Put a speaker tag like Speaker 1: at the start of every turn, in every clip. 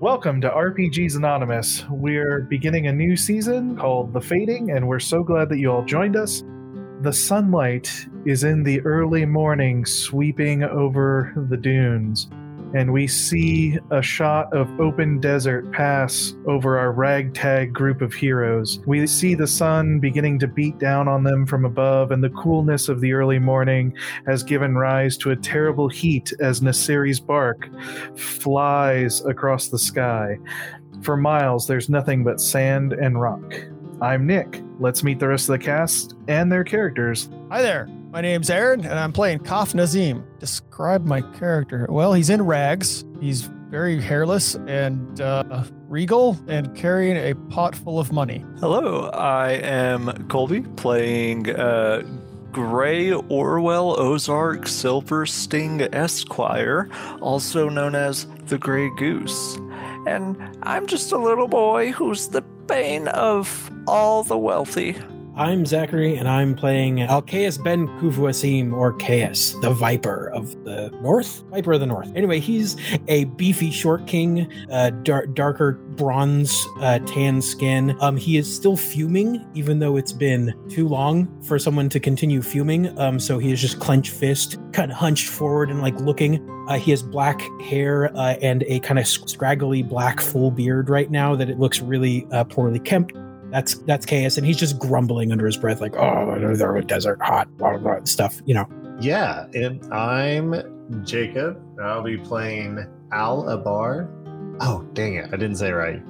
Speaker 1: Welcome to RPGs Anonymous. We're beginning a new season called The Fading, and we're so glad that you all joined us. The sunlight is in the early morning sweeping over the dunes, and we see a shot of open desert pass over our ragtag group of heroes. We see the sun beginning to beat down on them from above, and the coolness of the early morning has given rise to a terrible heat as Nasiri's bark flies across the sky. For miles, there's nothing but sand and rock. I'm Nick. Let's meet the rest of the cast and their characters.
Speaker 2: Hi there. My name's Aaron, and I'm playing Kaf Nazim. Describe my character. Well, he's in rags. He's very hairless and uh, regal and carrying a pot full of money.
Speaker 3: Hello, I am Colby playing uh, Gray Orwell Ozark Silversting Esquire, also known as the Gray Goose. And I'm just a little boy who's the bane of all the wealthy.
Speaker 4: I'm Zachary, and I'm playing Alcaeus Ben Kuvuasim, or Caeus, the Viper of the North. Viper of the North. Anyway, he's a beefy short king, uh, dar- darker bronze uh, tan skin. Um, he is still fuming, even though it's been too long for someone to continue fuming. Um, so he is just clenched fist, kind of hunched forward and like looking. Uh, he has black hair uh, and a kind of scraggly black full beard right now that it looks really uh, poorly kempt. That's that's Chaos, and he's just grumbling under his breath, like, "Oh, they're a desert hot, blah blah blah stuff." You know,
Speaker 5: Yeah, and I'm Jacob. and I'll be playing Al Abar. Oh, dang it, I didn't say it right.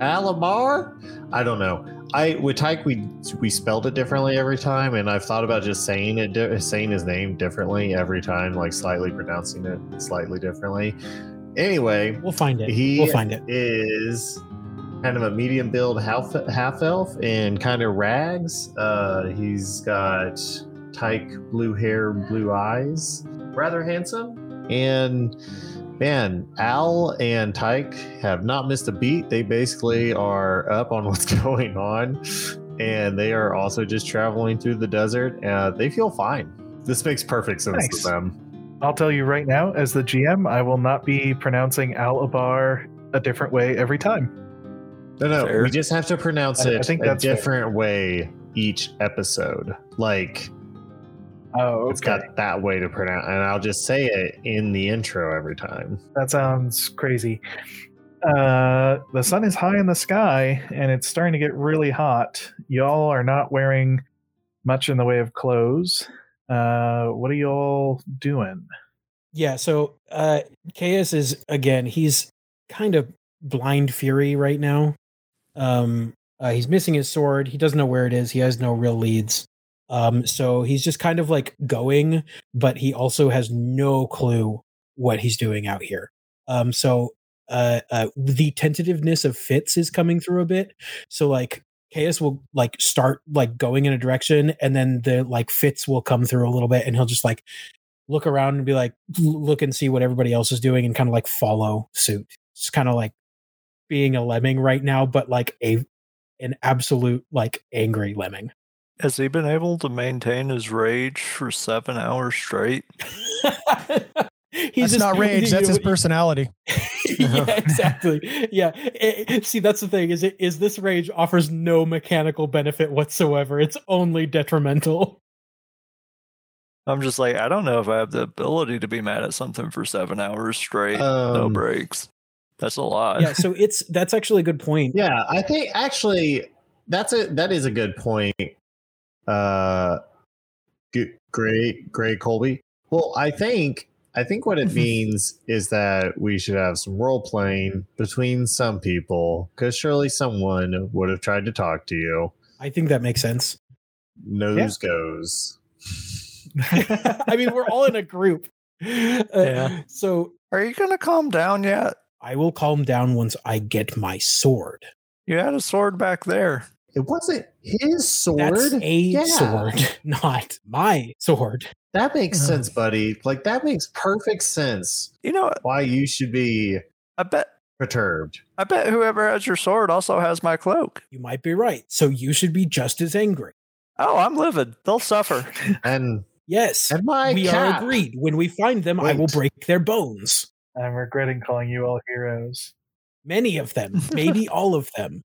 Speaker 5: Al Abar? I don't know. I with Tyke we we spelled it differently every time, and I've thought about just saying it di- saying his name differently every time, like slightly pronouncing it slightly differently. Anyway,
Speaker 4: we'll find it.
Speaker 5: He-
Speaker 4: we'll find it.
Speaker 5: is kind of a medium build half half elf in kind of rags. Uh, he's got tyke blue hair, blue eyes, rather handsome. And man, Al and Tyke have not missed a beat. They basically are up on what's going on, and they are also just traveling through the desert. Uh, they feel fine. This makes perfect sense
Speaker 1: Nice.
Speaker 5: to them.
Speaker 1: I'll tell you right now, as the GM, I will not be pronouncing Al Abar a different way every time.
Speaker 5: No, no,
Speaker 3: Fair.
Speaker 5: we just have to pronounce
Speaker 1: I- I
Speaker 5: it
Speaker 1: think
Speaker 5: a
Speaker 1: that's fair.
Speaker 5: different way each episode. Like
Speaker 1: Oh,
Speaker 5: It's got that way to pronounce, and I'll just say it in the intro every time.
Speaker 1: That sounds crazy. Uh, the sun is high in the sky and it's starting to get really hot. Y'all are not wearing much in the way of clothes. Uh, what are y'all doing?
Speaker 4: Yeah, so uh Chaos is again, he's kind of blind fury right now. Um uh, he's missing his sword, he doesn't know where it is, he has no real leads. Um so he's just kind of like going, but he also has no clue what he's doing out here. Um so uh, uh the tentativeness of Fitz is coming through a bit. So like Chaos will like start like going in a direction and then the like Fitz will come through a little bit and he'll just like look around and be like l- look and see what everybody else is doing and kind of like follow suit just kind of like being a lemming right now but like a an absolute like angry lemming
Speaker 3: Has he been able to maintain his rage for seven hours straight?
Speaker 4: he's
Speaker 2: That's not rage. That's his
Speaker 4: person.
Speaker 2: personality.
Speaker 4: yeah exactly yeah It- it- see that's the thing is it is this rage offers no mechanical benefit whatsoever it's only detrimental
Speaker 3: I'm just like, I don't know if I have the ability to be mad at something for seven hours straight. no
Speaker 5: Um,
Speaker 3: breaks. That's a lot.
Speaker 4: yeah so it's that's actually a good point
Speaker 5: yeah, I think actually that's a that is a good point. Uh, g- Gray Gray Colby. Well, I think I think what it means is that we should have some role playing between some people because surely someone would have tried to talk to you.
Speaker 4: i think that makes sense
Speaker 5: Nose goes.
Speaker 4: i mean we're all in a group Uh,
Speaker 3: Yeah.
Speaker 4: so
Speaker 3: Are you gonna calm down yet?
Speaker 4: I will calm down once I get my sword.
Speaker 3: You had a sword back there.
Speaker 5: It wasn't his sword.
Speaker 4: That's a
Speaker 5: Yeah.
Speaker 4: sword, not my sword.
Speaker 5: That makes
Speaker 3: Ugh.
Speaker 4: Uh-huh.
Speaker 5: sense, buddy. Like that makes perfect sense.
Speaker 3: You know,
Speaker 5: Why you should be
Speaker 3: I bet
Speaker 5: perturbed.
Speaker 3: I bet whoever has your sword also has my cloak.
Speaker 4: You might be right. So you should be just as angry.
Speaker 3: Oh, I'm livid. They'll suffer.
Speaker 5: And
Speaker 4: Yes,
Speaker 5: and my
Speaker 4: we are
Speaker 5: cap.
Speaker 4: agreed. When we find them, I will
Speaker 5: Wait.
Speaker 4: break their bones.
Speaker 1: I'm regretting calling you all heroes.
Speaker 4: Many of them, maybe all of them.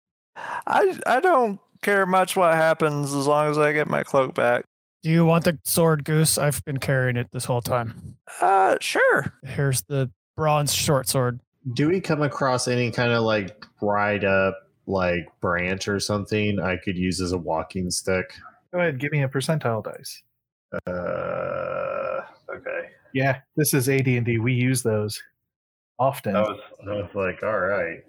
Speaker 3: I I don't care much what happens as long as I get my cloak back.
Speaker 2: Do you want the sword, Goose? I've been carrying it this whole time.
Speaker 3: Uh, sure.
Speaker 2: Here's the bronze short sword.
Speaker 5: Do we come across any kind of like dried up like branch or something I could use as a walking stick?
Speaker 1: Go ahead, give me a percentile dice.
Speaker 5: Uh, okay.
Speaker 1: Yeah, this is AD and D. We use those often.
Speaker 5: I was, I was like, all right.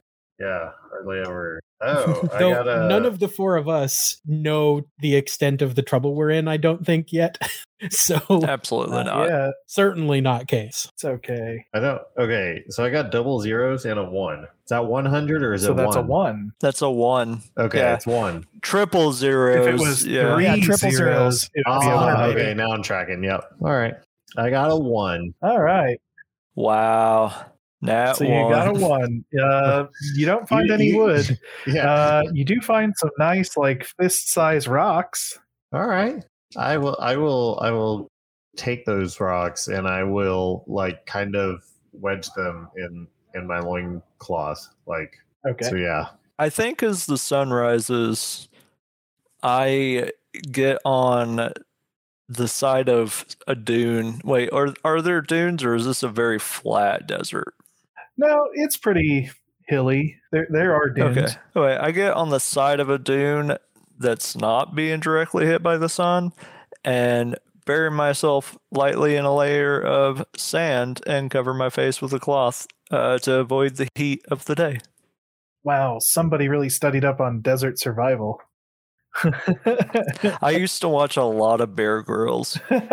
Speaker 5: Yeah, hardly ever. Oh, I
Speaker 4: Though
Speaker 5: got a.
Speaker 4: none of the four of us know the extent of the trouble we're in, I don't think yet. so
Speaker 3: Absolutely not.
Speaker 1: Uh, yeah,
Speaker 4: certainly not case.
Speaker 1: it's okay.
Speaker 5: I don't. Okay, so I got double zeros and a one. Is that 100 or is
Speaker 1: So
Speaker 5: it
Speaker 1: that's
Speaker 5: one?
Speaker 1: a one.
Speaker 3: That's a one.
Speaker 5: Okay,
Speaker 3: Yeah.
Speaker 5: it's one.
Speaker 3: Triple zeros.
Speaker 1: If it was
Speaker 3: yeah.
Speaker 1: three
Speaker 2: Yeah, triple
Speaker 1: zeros,
Speaker 2: zeros.
Speaker 1: it would be a
Speaker 5: Ah,
Speaker 1: one,
Speaker 5: okay,
Speaker 1: baby.
Speaker 5: now I'm tracking. Yep. All right. I got a one.
Speaker 1: All right.
Speaker 3: Wow. That
Speaker 1: so you
Speaker 3: one.
Speaker 1: got a one. Uh, you don't find
Speaker 5: You-
Speaker 1: any
Speaker 5: you-
Speaker 1: wood.
Speaker 5: Yeah.
Speaker 1: Uh, you do find some nice, like fist-sized rocks.
Speaker 5: All right. I will I will I will take those rocks and I will like kind of wedge them in in my loin cloth. Like
Speaker 1: Okay.
Speaker 5: so yeah.
Speaker 3: I think as the sun rises, I get on the side of a dune. Wait, are are there dunes or is this a very flat desert?
Speaker 1: No, it's pretty hilly. There, there are dunes.
Speaker 3: Okay. Wait, I get on the side of a dune that's not being directly hit by the sun and bury myself lightly in a layer of sand and cover my face with a cloth uh, to avoid the heat of the day.
Speaker 1: Wow, somebody really studied up on desert survival.
Speaker 3: I used to watch a lot of Bear Grylls. I'm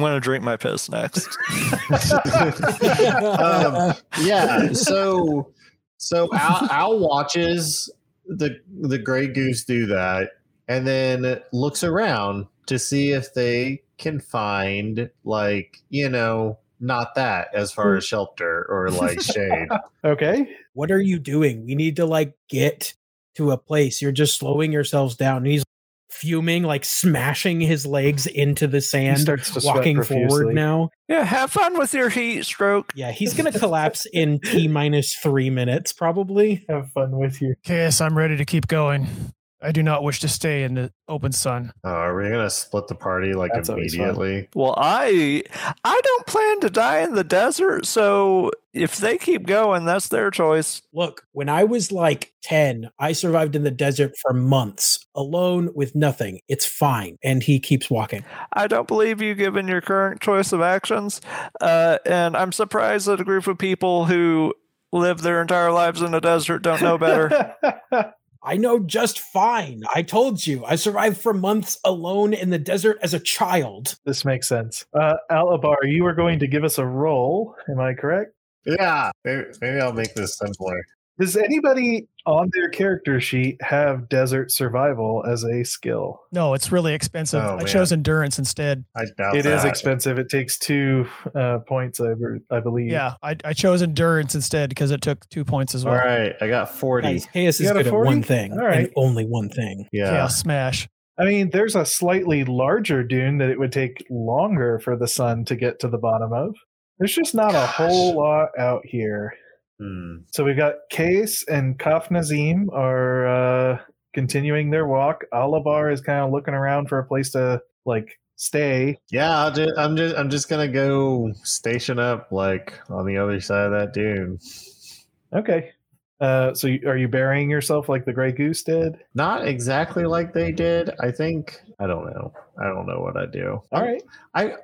Speaker 3: going to drink my piss next.
Speaker 5: Um, yeah. So so Al, Al watches the the gray goose do that and then looks around to see if they can find like, you know, not that as far as shelter or like shade. Uh,
Speaker 1: okay.
Speaker 4: what are you doing? We need to like get to a place. You're just slowing yourselves down. And he's fuming, like smashing his legs into the
Speaker 1: He
Speaker 4: sand,
Speaker 1: starts to sweat
Speaker 4: walking
Speaker 1: profusely.
Speaker 4: forward now.
Speaker 3: Yeah, have fun with your heat stroke.
Speaker 4: Yeah, he's gonna collapse in T minus three minutes, probably.
Speaker 1: Have fun with you.
Speaker 2: Chaos, I'm ready to keep going. I do not wish to stay in the open sun.
Speaker 5: Uh, are we gonna split the party like
Speaker 1: That's always fun.
Speaker 5: immediately?
Speaker 3: Well, I I don't plan to die in the desert, so if they keep going, that's their choice.
Speaker 4: Look, when I was like 10, I survived in the desert for months alone with nothing. It's fine. And he keeps walking.
Speaker 3: I don't believe you given your current choice of actions. Uh, and I'm surprised that a group of people who live their entire lives in the desert don't know better.
Speaker 4: I know just fine. I told you, I survived for months alone in the desert as a child.
Speaker 1: this makes sense. Uh, Alabar, you are going to give us a roll. Am I correct?
Speaker 5: Yeah, maybe, maybe I'll make this simpler.
Speaker 1: Does anybody on their character sheet have desert survival as a skill?
Speaker 2: No, it's really expensive.
Speaker 5: Oh,
Speaker 2: I chose
Speaker 5: man.
Speaker 2: endurance instead.
Speaker 5: I doubt
Speaker 1: It is
Speaker 5: that.
Speaker 1: expensive. It takes two uh, points, I, be- I
Speaker 5: Mm.
Speaker 1: believe.
Speaker 2: Yeah, I, I chose endurance instead because it took two points as
Speaker 5: All
Speaker 2: well.
Speaker 5: right, I got forty.
Speaker 4: Guys, Chaos
Speaker 1: You
Speaker 4: is
Speaker 1: got a
Speaker 4: good at
Speaker 1: 40?
Speaker 4: one thing
Speaker 1: All right.
Speaker 4: and only one thing.
Speaker 5: Yeah,
Speaker 2: Chaos smash.
Speaker 1: I mean, there's a slightly larger dune that it would take longer for the sun to get to the bottom of. There's just not a whole lot out here.
Speaker 5: Hmm.
Speaker 1: So we've got Case and Kaf Nazim are uh, continuing their walk. Alabar is kind of looking around for a place to like stay.
Speaker 5: yeah. I'll ju- I'm just I'm just gonna go station up like on the other side of that dune.
Speaker 1: Okay. Uh, so you, are you burying yourself like the gray goose did?
Speaker 5: Not exactly like they did. I think I don't know. I don't know what I do.
Speaker 1: All right.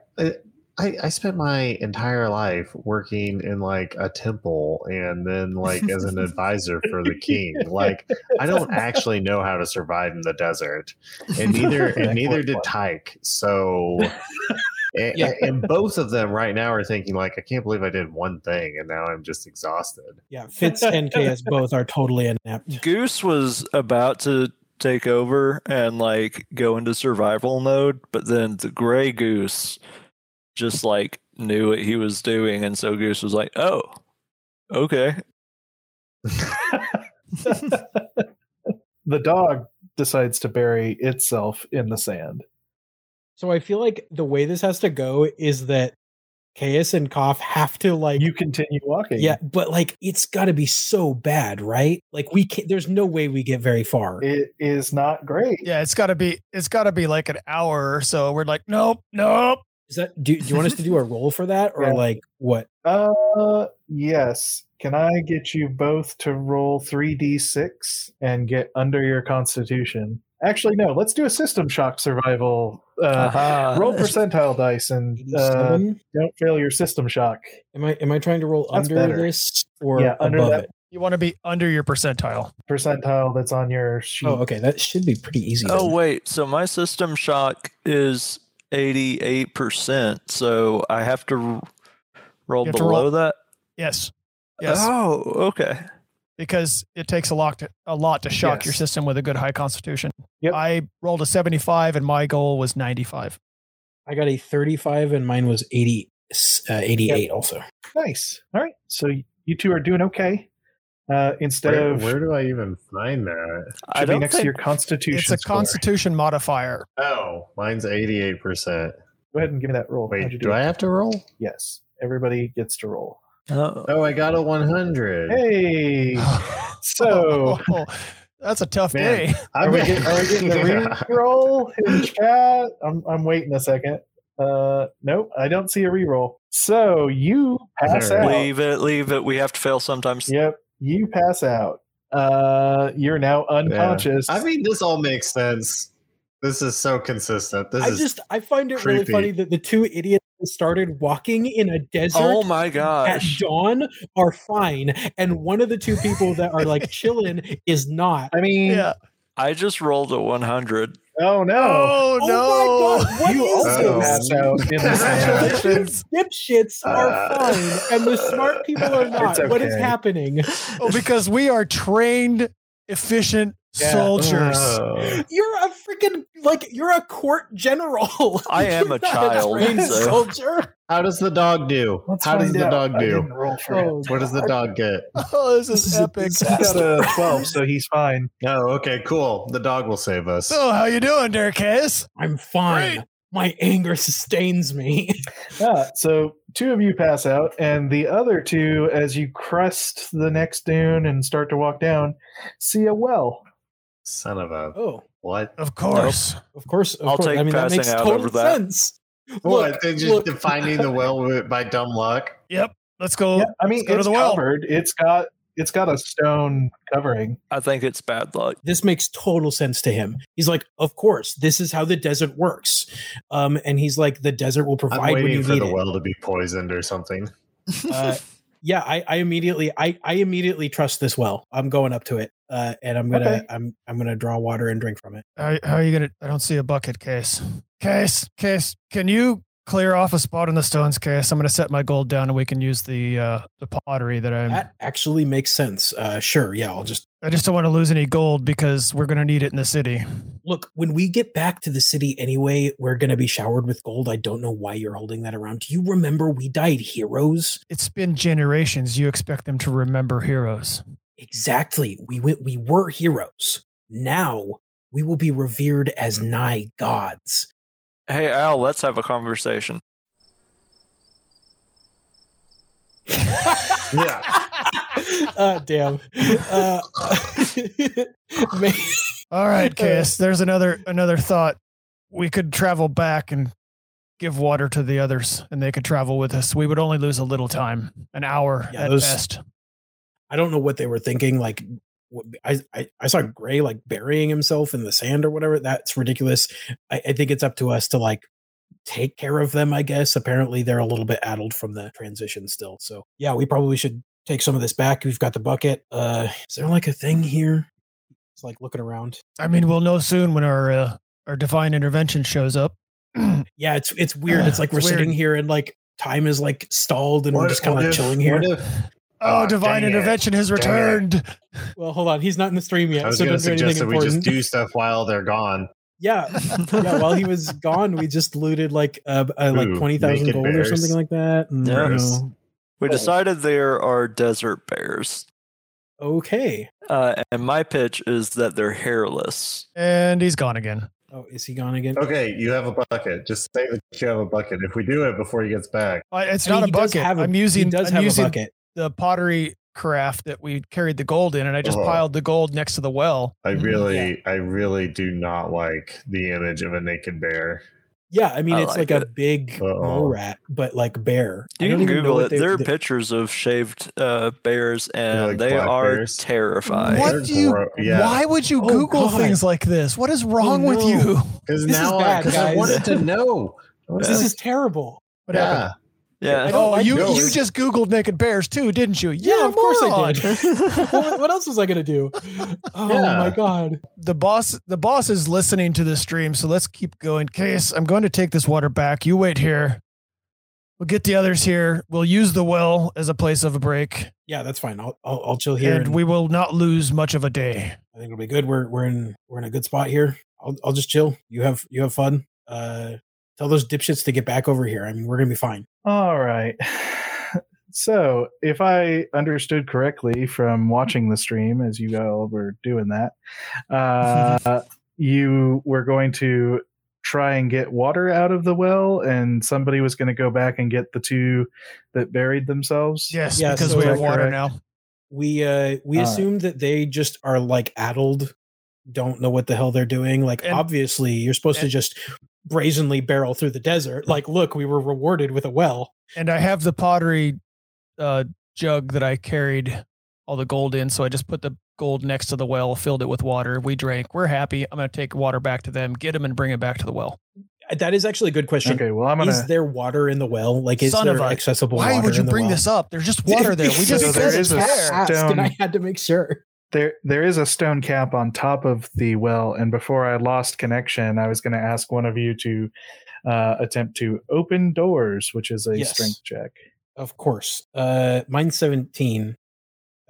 Speaker 5: I, I spent my entire life working in like a temple and then like as an advisor for the king. Like I don't actually know how to survive in the desert. And neither and neither did Tyke. So and,
Speaker 4: Yeah.
Speaker 5: and both of them right now are thinking like I can't believe I did one thing and now I'm just exhausted.
Speaker 4: Yeah, Fitz and Chaos both are totally inept.
Speaker 3: Goose was about to take over and like go into survival mode, but then the gray goose just like knew what he was doing, and so Goose was like, "Oh, okay."
Speaker 1: The dog decides to bury itself in the sand.
Speaker 4: So I feel like the way this has to go is that Caius and Koff have to like
Speaker 1: You continue walking.
Speaker 4: yeah, but like it's got to be so bad, right? Like we can't. There's no way we get very far.
Speaker 1: It is not great.
Speaker 2: Yeah, it's got to be it's got to be like an hour or so. We're like, nope, nope.
Speaker 4: Is that do, do you want us to do a roll for that or
Speaker 1: Yeah.
Speaker 4: like what?
Speaker 1: Uh, yes. Can I get you both to roll 3d6 and get under your constitution? Actually, no. Let's do a system shock survival. Uh,
Speaker 3: Aha.
Speaker 1: roll percentile dice and uh,
Speaker 4: 87?
Speaker 1: don't fail your system shock.
Speaker 4: am I am I trying to roll
Speaker 1: that's
Speaker 4: under
Speaker 1: better.
Speaker 4: this or
Speaker 1: Yeah, under
Speaker 4: above
Speaker 1: that
Speaker 4: it?
Speaker 2: You want to be under your percentile.
Speaker 1: Percentile that's on your sheet.
Speaker 4: Oh, okay, that should be pretty easy.
Speaker 3: Oh
Speaker 4: then.
Speaker 3: wait, so my system shock is eighty-eight percent, so I have to r- roll
Speaker 2: You have to
Speaker 3: below
Speaker 2: roll-
Speaker 3: that.
Speaker 2: Yes. Yes.
Speaker 4: Uh-huh.
Speaker 3: Oh, okay.
Speaker 2: because it takes a lot to, a lot to shock your
Speaker 1: Yes.
Speaker 2: system with a good high constitution.
Speaker 1: Yep.
Speaker 2: I rolled a 75 and my goal was 95.
Speaker 4: I got a 35 and mine was 80 uh, 88 also.
Speaker 1: nice. All right. So y- you two are doing okay. Uh, instead
Speaker 5: Where,
Speaker 1: of
Speaker 5: where do I even find that?
Speaker 3: I
Speaker 1: should be
Speaker 3: don't
Speaker 1: next
Speaker 3: think
Speaker 1: to your constitution.
Speaker 2: It's a
Speaker 1: score.
Speaker 2: constitution modifier.
Speaker 5: Oh, mine's 88%.
Speaker 1: Go ahead and give me that roll. How'd
Speaker 5: Wait,
Speaker 1: you
Speaker 5: do I have to roll?
Speaker 1: Yes. Everybody gets to roll.
Speaker 3: Oh.
Speaker 5: Oh, I got a 100.
Speaker 1: Hey. So.
Speaker 2: that's a tough
Speaker 5: Man.
Speaker 2: day.
Speaker 5: I'm
Speaker 1: Are we, get, are we getting the reroll in chat? I'm, I'm waiting a second. Uh, nope, I don't see a reroll. So you pass
Speaker 5: Alright.
Speaker 1: out.
Speaker 3: Leave it, leave it. We have to fail sometimes.
Speaker 1: Yep, you pass out. Uh, you're now unconscious.
Speaker 5: I mean, this all makes sense. This is so consistent. This
Speaker 4: I
Speaker 5: is
Speaker 4: just I find it really
Speaker 5: creepy.
Speaker 4: funny that the two idiots that started walking in a desert
Speaker 3: Oh my
Speaker 4: at
Speaker 3: gosh.
Speaker 4: dawn are fine and one of the two people that are like chilling is not.
Speaker 1: I mean,
Speaker 2: Yeah.
Speaker 3: I just rolled a 100.
Speaker 1: oh no,
Speaker 2: Oh,
Speaker 4: Oh my god, what
Speaker 1: you
Speaker 4: is
Speaker 1: also
Speaker 4: this?
Speaker 1: pass out in this
Speaker 2: no.
Speaker 1: animation.
Speaker 4: dipshits are
Speaker 5: Uh,
Speaker 4: fine and the smart people are not.
Speaker 1: It's
Speaker 4: What is
Speaker 1: okay.
Speaker 4: happening?
Speaker 2: oh, because we are trained, efficient
Speaker 1: Yeah. Uh.
Speaker 2: soldiers.
Speaker 5: Oh.
Speaker 4: You're a freaking like you're a court general.
Speaker 3: I am
Speaker 4: You're
Speaker 3: a
Speaker 4: not
Speaker 3: child,
Speaker 4: trained
Speaker 3: so-
Speaker 4: soldier.
Speaker 5: How does the dog do?
Speaker 1: Let's
Speaker 5: How does
Speaker 1: find
Speaker 5: the
Speaker 1: out.
Speaker 5: dog
Speaker 1: I
Speaker 5: do?
Speaker 1: didn't roll for it.
Speaker 4: Oh,
Speaker 5: What does the dog get?
Speaker 2: Oh, this is
Speaker 4: This is a
Speaker 2: epic.
Speaker 1: He got a twelve, so he's fine.
Speaker 5: Oh, okay, cool. The dog will save us.
Speaker 4: Oh.
Speaker 2: So, how you doing, Derkes?
Speaker 4: I'm fine. My anger sustains me.
Speaker 1: Yeah, so two of you pass out, and the other two, as you crest the next dune and start to walk down, see a well.
Speaker 5: Son of a
Speaker 4: Oh,
Speaker 5: what?
Speaker 2: Of course.
Speaker 4: of course. Of
Speaker 3: I'll
Speaker 4: course.
Speaker 3: take
Speaker 4: I mean, that
Speaker 3: passing
Speaker 4: makes
Speaker 3: out
Speaker 4: total
Speaker 3: over that.
Speaker 4: sense.
Speaker 5: what? They're just
Speaker 4: look.
Speaker 5: defining the well with- by dumb luck.
Speaker 2: Yep. Let's go.
Speaker 1: yeah, I mean,
Speaker 2: go to
Speaker 1: it's
Speaker 2: the well.
Speaker 1: covered. It's got it's got a stone covering.
Speaker 3: I think it's bad luck.
Speaker 4: This makes total sense to him. He's like, of course, this is how the desert works. Um, and he's like, the desert will
Speaker 5: I'm
Speaker 4: provide when
Speaker 5: waiting
Speaker 4: you
Speaker 5: for
Speaker 4: need
Speaker 5: the
Speaker 4: it.
Speaker 5: well to be poisoned or something.
Speaker 4: Uh, yeah, I, I immediately, I, I immediately trust this well. I'm going up to it, uh, and I'm gonna,
Speaker 1: Okay.
Speaker 4: I'm, I'm gonna draw water and drink from it.
Speaker 2: How, how are you gonna? I don't see a bucket case. Case, case. Can you clear off a spot in the stones case? I'm gonna set my gold down, and we can use the uh, the pottery that I'm.
Speaker 4: That actually makes sense. Uh, sure, yeah, I'll just
Speaker 2: I just don't want to lose any gold because we're gonna need it in the city.
Speaker 4: look. When we get back to the city, anyway, we're gonna be showered with gold. I don't know why you're holding that around. Do you remember we died heroes?
Speaker 2: It's been generations. You expect them to remember heroes.
Speaker 4: Exactly. We went, we were heroes. Now we will be revered as nigh gods.
Speaker 3: hey, Al, let's have a conversation.
Speaker 5: Yeah.
Speaker 4: uh, damn. Uh, ma-
Speaker 2: All right, case. There's another another thought. We could travel back and give water to the others, and they could travel with us. We would only lose a little time, an hour
Speaker 4: Yeah,
Speaker 2: at
Speaker 4: those-
Speaker 2: best.
Speaker 4: I don't know what they were thinking. Like, what- I, I, I saw Gray like burying himself in the sand or whatever. That's ridiculous. I, I think it's up to us to like take care of them. I guess apparently they're a little bit addled from the transition still. So yeah, we probably should take some of this back. We've got the bucket. Uh, is there like a thing here? It's like looking around.
Speaker 2: I mean, we'll know soon when our uh, our divine intervention shows up. Oh,
Speaker 4: Yeah, it's
Speaker 5: uh,
Speaker 4: it's weird. It's like we're
Speaker 2: It's weird.
Speaker 4: sitting here and like time is like stalled and we're
Speaker 5: What-
Speaker 4: just kind of
Speaker 5: what
Speaker 4: like
Speaker 5: if-
Speaker 4: chilling here.
Speaker 5: What if
Speaker 2: Oh,
Speaker 5: Oh,
Speaker 2: divine
Speaker 5: dang it.
Speaker 2: intervention has
Speaker 5: Dang it.
Speaker 2: returned.
Speaker 4: Well, hold on. He's not in the stream yet.
Speaker 5: I was
Speaker 4: so
Speaker 5: going to
Speaker 4: don't do anything
Speaker 5: suggest that we
Speaker 4: important.
Speaker 5: just do stuff while they're gone.
Speaker 4: yeah, yeah, while he was gone, we just looted like uh, uh like
Speaker 5: Ooh,
Speaker 4: twenty thousand
Speaker 5: naked
Speaker 4: gold or
Speaker 5: bears.
Speaker 4: something like that. And, you
Speaker 3: Yes.
Speaker 4: know,
Speaker 3: we decided there are desert bears.
Speaker 4: okay,
Speaker 3: Uh, and my pitch is that they're hairless.
Speaker 2: And he's gone again.
Speaker 4: Oh, is he gone again?
Speaker 5: Okay, you have a bucket. Just say that you have a bucket. If we do it before he gets back,
Speaker 2: I- It's
Speaker 4: I mean,
Speaker 2: not
Speaker 4: he
Speaker 2: a
Speaker 4: does
Speaker 2: bucket.
Speaker 4: have a-
Speaker 2: I'm using.
Speaker 4: He does
Speaker 2: I'm
Speaker 4: have
Speaker 2: using
Speaker 4: a bucket.
Speaker 2: the pottery craft that we carried the gold in, and I just
Speaker 5: Uh-huh.
Speaker 2: piled the gold next to the well.
Speaker 5: I
Speaker 4: Mm-hmm.
Speaker 5: really, I really do not like the image of a naked bear.
Speaker 4: Yeah, I mean
Speaker 3: I
Speaker 4: it's
Speaker 3: like
Speaker 4: like, a
Speaker 3: it.
Speaker 4: big
Speaker 5: Uh-oh.
Speaker 4: mole rat, but like bear. I
Speaker 3: You
Speaker 4: don't
Speaker 3: can
Speaker 4: even know
Speaker 3: Google
Speaker 4: what
Speaker 3: it.
Speaker 4: they-
Speaker 3: there are
Speaker 4: the-
Speaker 3: pictures of shaved uh, bears, and
Speaker 5: like
Speaker 3: they
Speaker 5: black
Speaker 3: are
Speaker 5: bears?
Speaker 3: terrifying.
Speaker 5: What?
Speaker 2: What do you?
Speaker 5: Gro- yeah.
Speaker 2: Why would you
Speaker 4: Oh,
Speaker 2: Google
Speaker 4: God. Oh,
Speaker 2: things like this? What is wrong with
Speaker 4: no.
Speaker 2: you?
Speaker 5: Because
Speaker 4: This is
Speaker 5: now, I,
Speaker 4: bad,
Speaker 5: 'cause I
Speaker 4: guys.
Speaker 5: wanted to know. I was
Speaker 4: this
Speaker 5: like,
Speaker 4: is terrible.
Speaker 2: What
Speaker 5: yeah.
Speaker 2: happened?
Speaker 3: Yeah.
Speaker 4: I don't
Speaker 2: Oh,
Speaker 4: like
Speaker 2: you
Speaker 5: those.
Speaker 2: you just Googled naked bears too, didn't you?
Speaker 4: Yeah,
Speaker 2: You're a
Speaker 4: of course I
Speaker 2: moron.
Speaker 4: did. what, what else was I gonna do? Oh
Speaker 5: Yeah.
Speaker 4: my god.
Speaker 2: the boss the boss is listening to the stream so let's keep going case i'm going to take this water back you wait here we'll get the others here we'll use the well as a place of a break
Speaker 4: Yeah, that's fine. I'll I'll, I'll chill here.
Speaker 2: and we will not lose much of a day
Speaker 4: I think it'll be good. We're we're in we're in a good spot here. I'll I'll just chill. You have you have fun. Uh, tell those dipshits to get back over here. I mean, we're gonna be fine.
Speaker 1: All right. So, if I understood correctly from watching the stream as you all were doing that, uh, you were going to try and get water out of the well, and somebody was going to go back and get the two that buried themselves.
Speaker 2: yes
Speaker 4: Yeah,
Speaker 2: because
Speaker 4: so
Speaker 2: we
Speaker 4: is
Speaker 2: have
Speaker 1: that
Speaker 2: water
Speaker 1: correct?
Speaker 2: now
Speaker 4: We uh we
Speaker 1: All right.
Speaker 4: assume that they just are like addled, don't know what the hell they're doing. Like
Speaker 2: And-
Speaker 4: obviously, you're supposed to
Speaker 2: and-
Speaker 4: just brazenly barrel through the desert. Like, look, we were rewarded with a well.
Speaker 2: and i have the pottery uh, jug that i carried all the gold in so i just put the gold next to the well filled it with water we drank we're happy i'm going to take water back to them get them and bring it back to the well
Speaker 4: Uh, That is actually a good question.
Speaker 1: Okay. Well, I'm gonna.
Speaker 4: Is there water in the well? Like, is
Speaker 2: Son
Speaker 4: there
Speaker 2: of a-
Speaker 4: accessible?
Speaker 2: why
Speaker 4: water
Speaker 2: would you
Speaker 4: in the
Speaker 2: bring
Speaker 4: well?
Speaker 2: this up there's just water there we just
Speaker 1: So
Speaker 2: said
Speaker 1: there
Speaker 2: it's
Speaker 1: is a
Speaker 2: there.
Speaker 1: s-
Speaker 4: asked, and I
Speaker 1: stone-
Speaker 4: had to make sure.
Speaker 1: there there is a stone cap on top of the well and before i lost connection i was going to ask one of you to uh, attempt to open doors which is a
Speaker 4: Yes.
Speaker 1: strength check
Speaker 4: Of course. Uh mine's 17.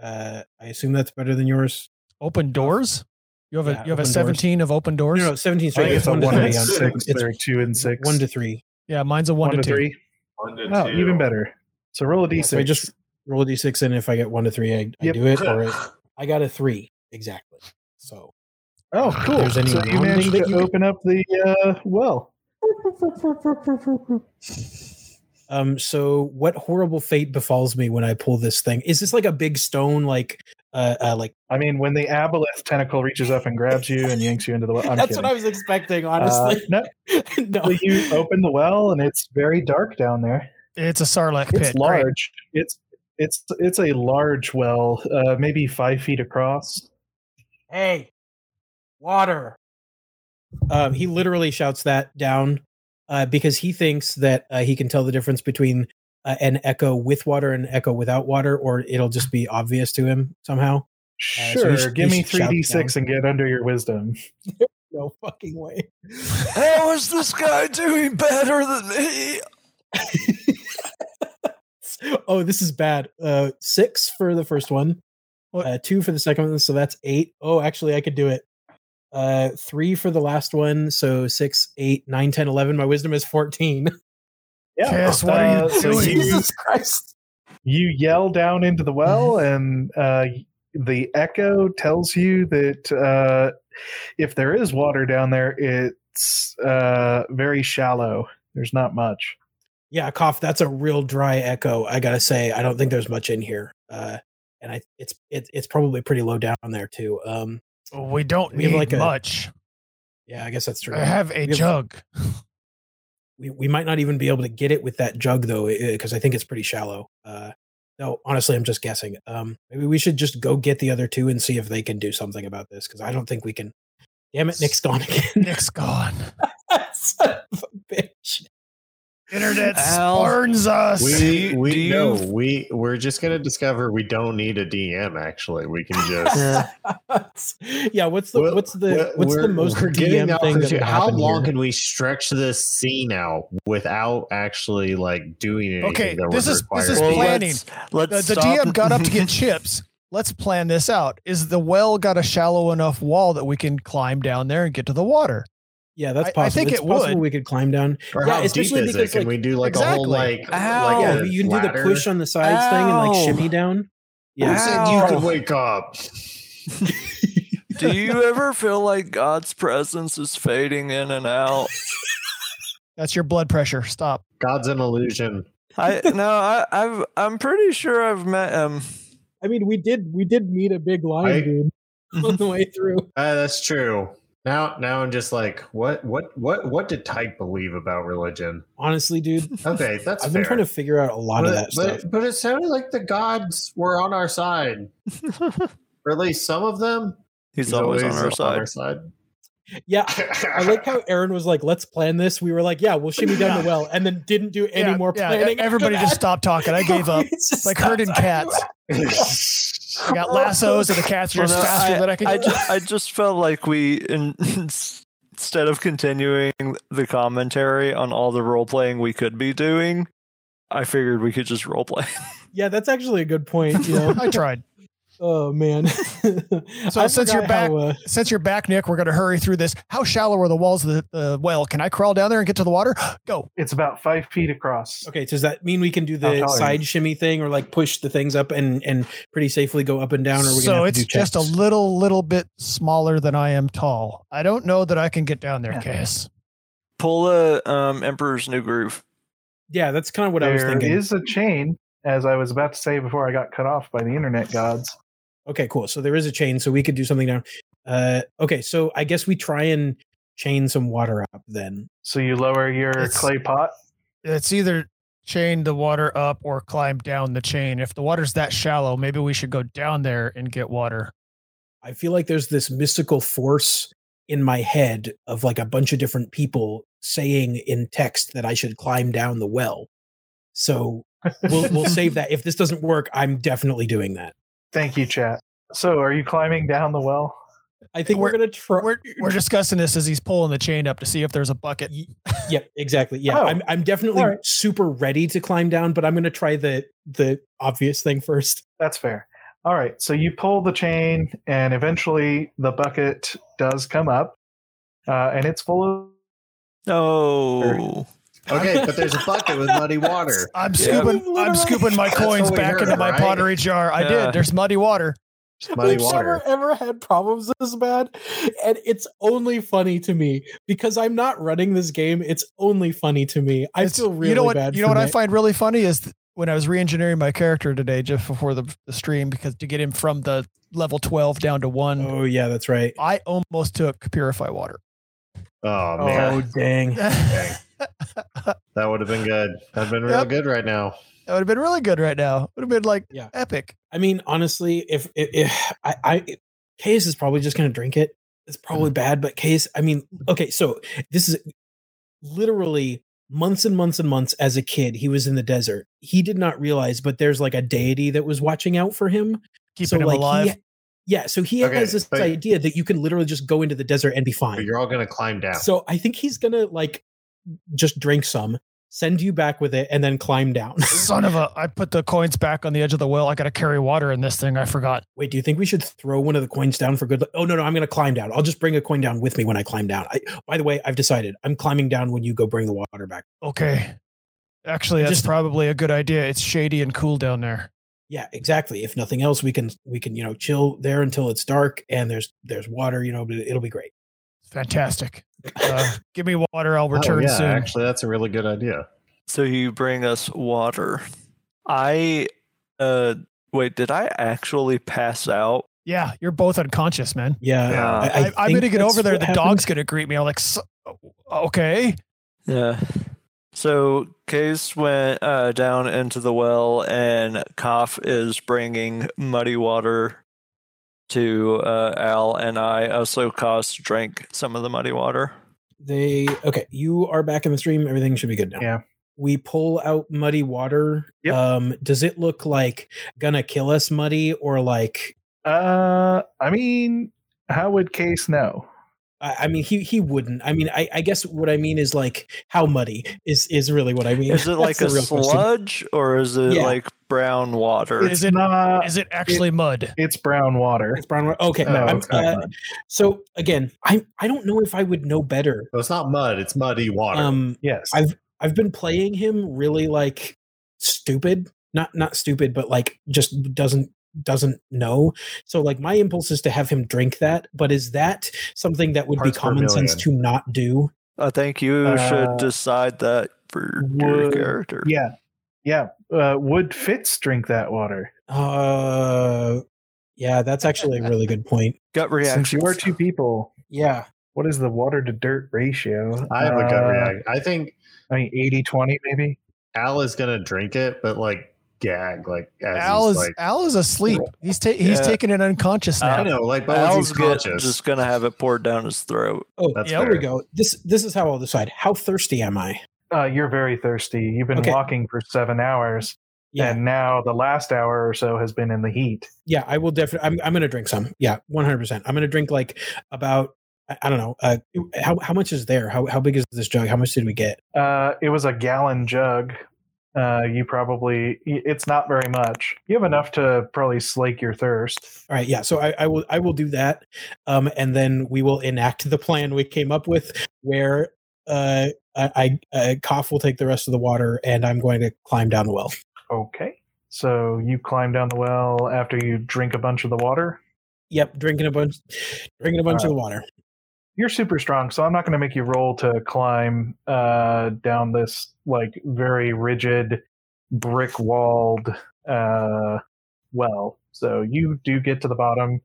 Speaker 4: Uh I assume that's better than yours.
Speaker 2: Open doors? You have
Speaker 4: Yeah,
Speaker 2: a you have a
Speaker 4: open doors.
Speaker 2: 17 of open
Speaker 4: Or
Speaker 2: doors?
Speaker 4: no, no, 17
Speaker 1: i think
Speaker 4: straight.
Speaker 1: it's
Speaker 4: It's
Speaker 1: a
Speaker 4: one,
Speaker 1: one
Speaker 4: to
Speaker 1: and
Speaker 4: three. on-
Speaker 1: six
Speaker 4: it's
Speaker 1: there are two and six
Speaker 4: one to three.
Speaker 2: Yeah, mine's a 1,
Speaker 1: One to
Speaker 2: to, 2.
Speaker 1: three
Speaker 5: One to
Speaker 1: oh
Speaker 5: two.
Speaker 1: even better so roll a
Speaker 4: Yeah,
Speaker 1: d6
Speaker 4: so I just roll a d6 and if I get one to three, I, I
Speaker 1: Yep.
Speaker 4: do it. Or it- I got a three. Exactly. So
Speaker 1: oh cool
Speaker 4: there's any
Speaker 1: so you
Speaker 4: rounding
Speaker 1: managed
Speaker 4: that
Speaker 1: to
Speaker 4: you can-
Speaker 1: open up the uh, well
Speaker 4: um so what horrible fate befalls me when I pull this thing? Is this like a big stone like uh, uh like
Speaker 1: i mean when the aboleth tentacle reaches up and grabs you and yanks you into the well I'm
Speaker 4: That's
Speaker 1: kidding.
Speaker 4: what I was expecting,
Speaker 1: Uh,
Speaker 4: honestly.
Speaker 1: no,
Speaker 4: no.
Speaker 1: you open the well and it's very dark down there
Speaker 2: It's a sarlacc pit.
Speaker 1: it's
Speaker 2: Great.
Speaker 1: large it's it's it's a large well uh maybe five feet
Speaker 2: Uh,
Speaker 1: across
Speaker 4: Hey, water. Um, he literally shouts that down uh, because he thinks that uh, he can tell the difference between uh, an echo with water and an echo without water, or it'll just be obvious to him somehow. Uh, so
Speaker 1: sure
Speaker 4: we should-
Speaker 1: give
Speaker 4: we
Speaker 1: me
Speaker 4: should shout
Speaker 1: 3d6 and get under your wisdom
Speaker 4: No fucking way.
Speaker 3: How is this guy doing better than me?
Speaker 4: oh, this is bad. Uh, six for the first one,
Speaker 2: What?
Speaker 4: uh, two for the second one, so that's eight. Oh, actually, I could do it. Uh, three for the last one, so six, eight, nine, ten, eleven. My wisdom is fourteen.
Speaker 2: Cass, what are you
Speaker 1: uh, so
Speaker 2: doing?
Speaker 1: you,
Speaker 4: Jesus Christ.
Speaker 1: you yell down into the well
Speaker 2: Mm-hmm.
Speaker 1: and uh the echo tells you that uh if there is water down there it's uh very shallow there's not much
Speaker 4: Yeah, cough. That's a real dry echo. I gotta say, I don't think there's much in here, uh, and I it's it, it's probably pretty low down there too. Um,
Speaker 2: We don't
Speaker 4: We
Speaker 2: need
Speaker 4: have like a-
Speaker 2: much.
Speaker 4: yeah, I guess that's true.
Speaker 2: I have a
Speaker 4: We have-
Speaker 2: jug.
Speaker 4: We we might not even be able to get it with that jug though, because I think it's pretty shallow. Uh, no, honestly, I'm just guessing. Um, maybe we should just go get the other two and see if they can do something about this, because I don't think we can. Damn it, Nick's gone again.
Speaker 2: Nick's gone.
Speaker 4: Son of a bitch.
Speaker 2: Internet
Speaker 3: Al.
Speaker 2: spurns us.
Speaker 5: We
Speaker 3: Do- do
Speaker 5: we
Speaker 3: you-
Speaker 5: no we we're just gonna discover we don't need a DM. Actually, we can just.
Speaker 4: yeah, what's the
Speaker 5: Well,
Speaker 4: what's the
Speaker 5: We're-
Speaker 4: what's the
Speaker 5: we're-
Speaker 4: most
Speaker 5: we're
Speaker 4: DM
Speaker 5: getting
Speaker 4: thing
Speaker 5: off
Speaker 4: that
Speaker 5: the-
Speaker 4: would
Speaker 5: how
Speaker 4: happen
Speaker 5: long
Speaker 4: here?
Speaker 5: can we stretch this scene out without actually like doing anything
Speaker 2: Okay,
Speaker 5: that
Speaker 2: this
Speaker 5: we're
Speaker 2: is- this is
Speaker 5: required?
Speaker 2: plan- planning.
Speaker 3: Let's,
Speaker 2: the,
Speaker 3: let's
Speaker 2: the
Speaker 3: stop-
Speaker 2: DM got up to get chips. Let's plan this out. Is the well got a shallow enough wall that we can climb down there and get to the water?
Speaker 4: Yeah,
Speaker 2: I-
Speaker 4: that's
Speaker 2: I
Speaker 4: possible.
Speaker 2: think
Speaker 4: it's
Speaker 2: it
Speaker 4: possible
Speaker 2: would.
Speaker 4: we could climb down.
Speaker 5: or
Speaker 4: yeah,
Speaker 5: how deep
Speaker 4: especially
Speaker 5: is it?
Speaker 4: because,
Speaker 5: Can
Speaker 4: like-
Speaker 5: we do like a whole like
Speaker 2: Exactly.
Speaker 3: Ow.
Speaker 5: like
Speaker 4: yeah,
Speaker 5: a
Speaker 4: you can do the push
Speaker 5: Oh, ladder?
Speaker 4: on the sides thing and
Speaker 3: Ow.
Speaker 4: like shimmy down.
Speaker 5: Who
Speaker 4: Yeah.
Speaker 5: said you
Speaker 3: Ow.
Speaker 5: could wake up?
Speaker 3: Do you ever feel like God's presence is fading in and out?
Speaker 2: That's your blood pressure. Stop.
Speaker 5: God's an illusion.
Speaker 3: I no, I, I've I'm pretty sure I've met him.
Speaker 6: I mean, we did we did meet a big lion
Speaker 5: I-
Speaker 6: dude on the way through.
Speaker 5: Uh, that's true. Now, now I'm just like, what, what, what, what did Tyke believe about religion?
Speaker 4: Honestly, dude,
Speaker 5: Okay, that's
Speaker 4: I've been
Speaker 5: fair.
Speaker 4: trying to figure out a lot
Speaker 5: but,
Speaker 4: of that
Speaker 5: but,
Speaker 4: stuff.
Speaker 5: but it sounded like the gods were on our side, or at least some of them.
Speaker 3: He's, always, on our side.
Speaker 4: Yeah, I like how Aaron was like, "Let's plan this." We were like, "Yeah, we'll shimmy down the well," and then didn't do any
Speaker 2: Yeah,
Speaker 4: more
Speaker 2: yeah, e-,
Speaker 4: planning. after
Speaker 2: Everybody just
Speaker 4: that.
Speaker 2: stopped talking. I gave up.
Speaker 4: It's
Speaker 2: It's
Speaker 4: just
Speaker 2: like herding
Speaker 4: stopped.
Speaker 2: cats. I got lassos and the cats are
Speaker 3: Well,
Speaker 2: just
Speaker 3: no,
Speaker 2: faster than I can.
Speaker 3: I just, I just felt like we, in, instead of continuing the commentary on all the role playing we could be doing, I figured we could just role play.
Speaker 4: Yeah, that's actually a good point. You know?
Speaker 2: I tried.
Speaker 4: oh man. I
Speaker 2: since you're
Speaker 4: forgot
Speaker 2: back-
Speaker 4: how, uh,
Speaker 2: Since you're back, Nick, we're going to hurry through this. How shallow are the walls of the, the well? Can I crawl down there and get to the water? Go.
Speaker 1: It's about five feet across.
Speaker 4: uh, okay, does that mean we can
Speaker 2: Oh,
Speaker 4: do
Speaker 1: I'll
Speaker 4: the
Speaker 1: tell you.
Speaker 4: side shimmy thing, or like push the things up and and pretty safely go up and down? Or we're
Speaker 2: so
Speaker 4: gonna have
Speaker 2: it's
Speaker 4: to do
Speaker 2: just a
Speaker 4: checks?
Speaker 2: little, little bit smaller than I am tall. I don't know that I can get down there,
Speaker 1: Yeah.
Speaker 2: Case.
Speaker 3: Pull a um, Emperor's New Groove.
Speaker 4: yeah. That's kind of what I was
Speaker 1: There
Speaker 4: thinking.
Speaker 1: is a chain, as I was about to say before I got cut off by the internet gods.
Speaker 4: Okay, cool. So there is a chain, so we could do something down. Uh, okay, so I guess we try and chain some water up then.
Speaker 1: So you lower your
Speaker 2: It's-
Speaker 1: clay pot.
Speaker 2: It's either chain the water up or climb down the chain. If the water's that shallow, maybe we should go down there and get water.
Speaker 4: I feel like there's this mystical force in my head of like a bunch of different people saying in text that I should climb down the well. So we'll we'll save that. If this doesn't work, I'm definitely doing that.
Speaker 1: Thank you, chat. So are you climbing down the well?
Speaker 4: I think we're,
Speaker 2: We're-
Speaker 4: gonna try.
Speaker 2: We're, we're discussing this as he's pulling the chain up to see if there's a bucket.
Speaker 4: Y- yep, exactly. Yeah,
Speaker 1: Oh,
Speaker 4: I'm I'm definitely
Speaker 1: all right.
Speaker 4: super ready to climb down, but I'm gonna try the the obvious thing first.
Speaker 1: That's fair. All right. So you pull the chain, and eventually the bucket does come up, uh, and it's full of.
Speaker 3: Oh,
Speaker 5: okay, but there's a bucket with muddy water.
Speaker 2: I'm
Speaker 3: Yeah.
Speaker 2: scooping. I'm scooping my
Speaker 5: That's what
Speaker 2: coins
Speaker 5: we
Speaker 2: back
Speaker 5: heard,
Speaker 2: into my
Speaker 5: right?
Speaker 2: pottery jar. I
Speaker 3: Yeah.
Speaker 2: did. There's muddy water.
Speaker 5: It's muddy
Speaker 4: We've
Speaker 5: water.
Speaker 4: never ever had problems this bad, and it's only funny to me because I'm not running this game. It's only funny to me. I
Speaker 2: It's-
Speaker 4: feel really
Speaker 2: you know what,
Speaker 4: bad.
Speaker 2: You know what
Speaker 4: for
Speaker 2: I
Speaker 4: Nick.
Speaker 2: find really funny is th- when I was re-engineering my character today, just before the, the stream, because to get him from the level twelve down to one,
Speaker 4: Oh yeah, that's right.
Speaker 2: I almost took purify water.
Speaker 5: Oh
Speaker 1: Oh.
Speaker 5: man,
Speaker 4: Oh dang.
Speaker 2: that
Speaker 5: that would have been good. That'd been real
Speaker 2: Yep.
Speaker 5: good right now.
Speaker 2: would have been really good right now. Would have been like
Speaker 4: Yeah.
Speaker 2: epic.
Speaker 4: I mean, honestly, if if, if I, I Case is probably just gonna drink it. It's probably
Speaker 2: Mm-hmm.
Speaker 4: bad, but Case, I mean, okay, so this is literally months and months and months as a kid. He was in the desert. He did not realize, but there's like a deity that was watching out for him.
Speaker 2: Keeping
Speaker 4: So,
Speaker 2: him
Speaker 4: like, he-
Speaker 2: alive.
Speaker 4: yeah, so he
Speaker 5: Okay,
Speaker 4: has this
Speaker 5: but-
Speaker 4: idea that you can literally just go into the desert and be
Speaker 5: But
Speaker 4: fine.
Speaker 5: you're all gonna climb down.
Speaker 4: So I think he's gonna like just drink some, send you back with it, and then climb down.
Speaker 2: Son of a! I put the coins back on the edge of the well. I got to carry water in this thing. I forgot.
Speaker 4: Wait, do you think we should throw one of the coins down for good? luck? Oh no, no, I'm gonna climb down. I'll just bring a coin down with me when I climb down. I, by the way, I've decided I'm climbing down when you go bring the water back.
Speaker 2: Okay. Actually, that's
Speaker 4: Just-
Speaker 2: probably a good idea. It's shady and cool down there.
Speaker 4: Yeah, exactly. If nothing else, we can we can you know chill there until it's dark and there's there's water. You know, but it'll be great.
Speaker 2: Fantastic. Uh, give me water. I'll return
Speaker 5: oh, yeah,
Speaker 2: soon.
Speaker 5: Actually, that's a really good idea.
Speaker 3: so you bring us water. I, uh, wait, did I actually pass out?
Speaker 2: Yeah, you're both unconscious, man.
Speaker 4: Yeah,
Speaker 5: Yeah.
Speaker 2: I, I am
Speaker 4: think
Speaker 2: gonna get
Speaker 4: that's
Speaker 2: over there.
Speaker 4: what
Speaker 2: The
Speaker 4: happened.
Speaker 2: dog's gonna greet me. I'm like, "So- okay.
Speaker 3: Yeah. So Case went uh, down into the well, and Koff is bringing muddy water to uh, Al and I. Uh, so Koss drank some of the muddy water.
Speaker 4: They okay. You are back in the stream. Everything should be good now.
Speaker 1: Yeah.
Speaker 4: We pull out muddy water.
Speaker 1: Yep.
Speaker 4: Um, does it look like gonna kill us muddy or like
Speaker 1: Uh, I mean, how would Case know?
Speaker 4: I, I mean he he wouldn't. I mean I, I guess what I mean is like how muddy is is really what I mean.
Speaker 3: Is it like a
Speaker 4: That's the real question.
Speaker 3: sludge or is it
Speaker 4: Yeah.
Speaker 3: like brown water?
Speaker 2: It's- Is it-
Speaker 1: not?
Speaker 2: Is it actually mud?
Speaker 1: It's brown water.
Speaker 4: It's brown. wa- Okay.
Speaker 5: No,
Speaker 4: I'm-
Speaker 5: Oh, it's not
Speaker 4: uh,
Speaker 5: mud.
Speaker 4: so again, I I don't know if I would know better.
Speaker 5: Well, it's not mud. It's muddy water.
Speaker 4: Um,
Speaker 1: Yes.
Speaker 4: I- I've been playing him really like stupid. Not not stupid, but like just doesn't doesn't know. So like my impulse is to have him drink that, but is that something that would
Speaker 5: Parts
Speaker 4: be
Speaker 5: per
Speaker 4: common sense to not do?
Speaker 3: I think you
Speaker 1: Uh,
Speaker 3: should decide that for your
Speaker 1: would-
Speaker 3: character.
Speaker 1: Yeah. Yeah. Uh, would Fitz drink that water?
Speaker 4: Uh yeah, that's actually a really good point.
Speaker 3: Gut
Speaker 1: Since
Speaker 3: reaction.
Speaker 1: you are two people,
Speaker 4: Yeah.
Speaker 1: what is the water to dirt ratio?
Speaker 5: I have a gut
Speaker 1: Uh,
Speaker 5: reaction. I think
Speaker 1: I mean, 80 20 maybe?
Speaker 5: Al is gonna drink it, but like gag, like as
Speaker 2: Al
Speaker 5: he's
Speaker 2: is
Speaker 5: like,
Speaker 2: Al is asleep. He's ta- he's
Speaker 3: Yeah.
Speaker 2: taken it unconscious now.
Speaker 5: I know, like but as
Speaker 3: Al's
Speaker 5: he's
Speaker 3: get-
Speaker 5: conscious.
Speaker 3: just gonna have it poured down his throat.
Speaker 4: Oh,
Speaker 5: That's
Speaker 4: yeah, there we
Speaker 5: fair.
Speaker 4: go. This this is how I'll decide. How thirsty am I?
Speaker 1: Uh, you're very thirsty. You've been
Speaker 4: Okay.
Speaker 1: walking for seven hours,
Speaker 4: Yeah.
Speaker 1: and now the last hour or so has been in the heat.
Speaker 4: yeah, I will definitely. I'm, I'm going to drink some. Yeah, 100%. I'm going to drink like about, I, I don't know, uh, how, how much is there? How, how big is this jug? How much did we get?
Speaker 1: Uh, it was a gallon jug. Uh, you probably y- it's not very much. You have enough to probably slake your thirst.
Speaker 4: All right. Yeah. So I, I will, I will do that. Um, and then we will enact the plan we came up with where, uh, I, I uh, cough will take the rest of the water and I'm going to climb down the well.
Speaker 1: Okay. So you climb down the well after you drink a bunch of the water.
Speaker 4: Yep. Drinking a bunch, drinking a bunch of the water.
Speaker 1: You're super strong, so I'm not going to make you roll to climb uh, down this like very rigid brick walled uh, well. So you do get to the bottom,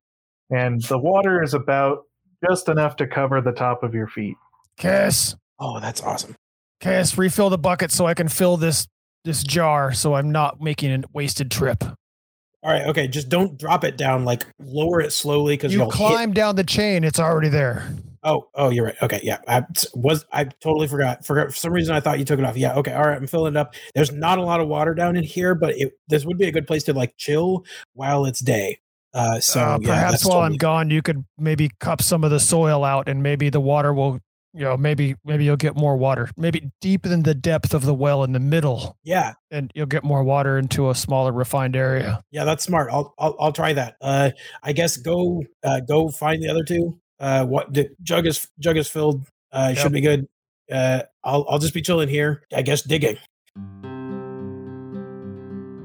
Speaker 1: and the water is about just enough to cover the top of your feet.
Speaker 2: Cass,
Speaker 4: Oh, that's awesome.
Speaker 2: Cass, refill the bucket so I can fill this this jar so I'm not making a wasted trip.
Speaker 4: All right. Okay. Just don't drop it down. Like lower it slowly because
Speaker 2: You
Speaker 4: will
Speaker 2: climb down the chain, it's already there.
Speaker 4: Oh, oh, you're right. Okay, yeah, I t- was I totally forgot. Forgot for some reason I thought you took it off. Yeah, okay, all right, I'm filling it up. There's not a lot of water down in here, but it, this would be a good place to like chill while it's day. Uh, so
Speaker 2: uh,
Speaker 4: yeah,
Speaker 2: perhaps
Speaker 4: that's
Speaker 2: while I'm
Speaker 4: totally-
Speaker 2: gone, you could maybe cup some of the soil out, and maybe the water will, you know, maybe maybe you'll get more water. Maybe deepen the depth of the well in the middle,
Speaker 4: yeah,
Speaker 2: and you'll get more water into a smaller refined area.
Speaker 4: yeah, that's smart. I'll I'll, I'll try that. Uh, I guess go uh, go find the other two. Uh, what the jug is jug is filled. Uh,
Speaker 2: Yep.
Speaker 4: should be good. Uh, I'll I'll just be chilling here. I guess digging.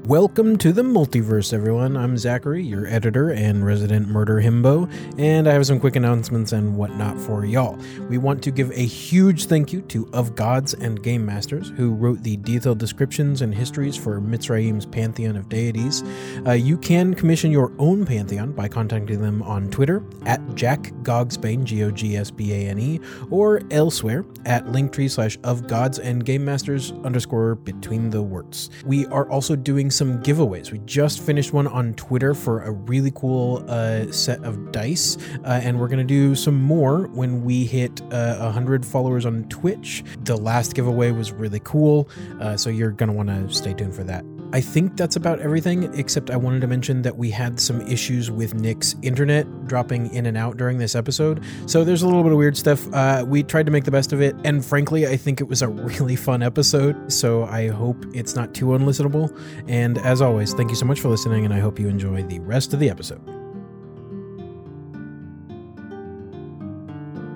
Speaker 4: Welcome to the multiverse, everyone. I'm Zachary, your editor and resident murder himbo, and I have some quick announcements and whatnot for y'all. We want to give a huge thank you to Of Gods and Game Masters, who wrote the detailed descriptions and histories for Mitzrayim's pantheon of deities. Uh, you can commission your own pantheon by contacting them on Twitter at Jack Gogsbane, G O G S B A N E, or elsewhere at linktree slash of gods and game masters underscore between the words. We are also doing some giveaways. We just finished one on Twitter for a really cool uh, set of dice, uh, and we're going to do some more when we hit uh, 100 followers on Twitch. The last giveaway was really cool, uh, so you're going to want to stay tuned for that. I think that's about everything, except I wanted to mention that we had some issues with Nick's internet dropping in and out during this episode. So there's a little bit of weird stuff. Uh, we tried to make the best of it, and frankly, I think it was a really fun episode. So I hope it's not too unlistenable. And as always, thank you so much for listening, and I hope you enjoy the rest of the episode.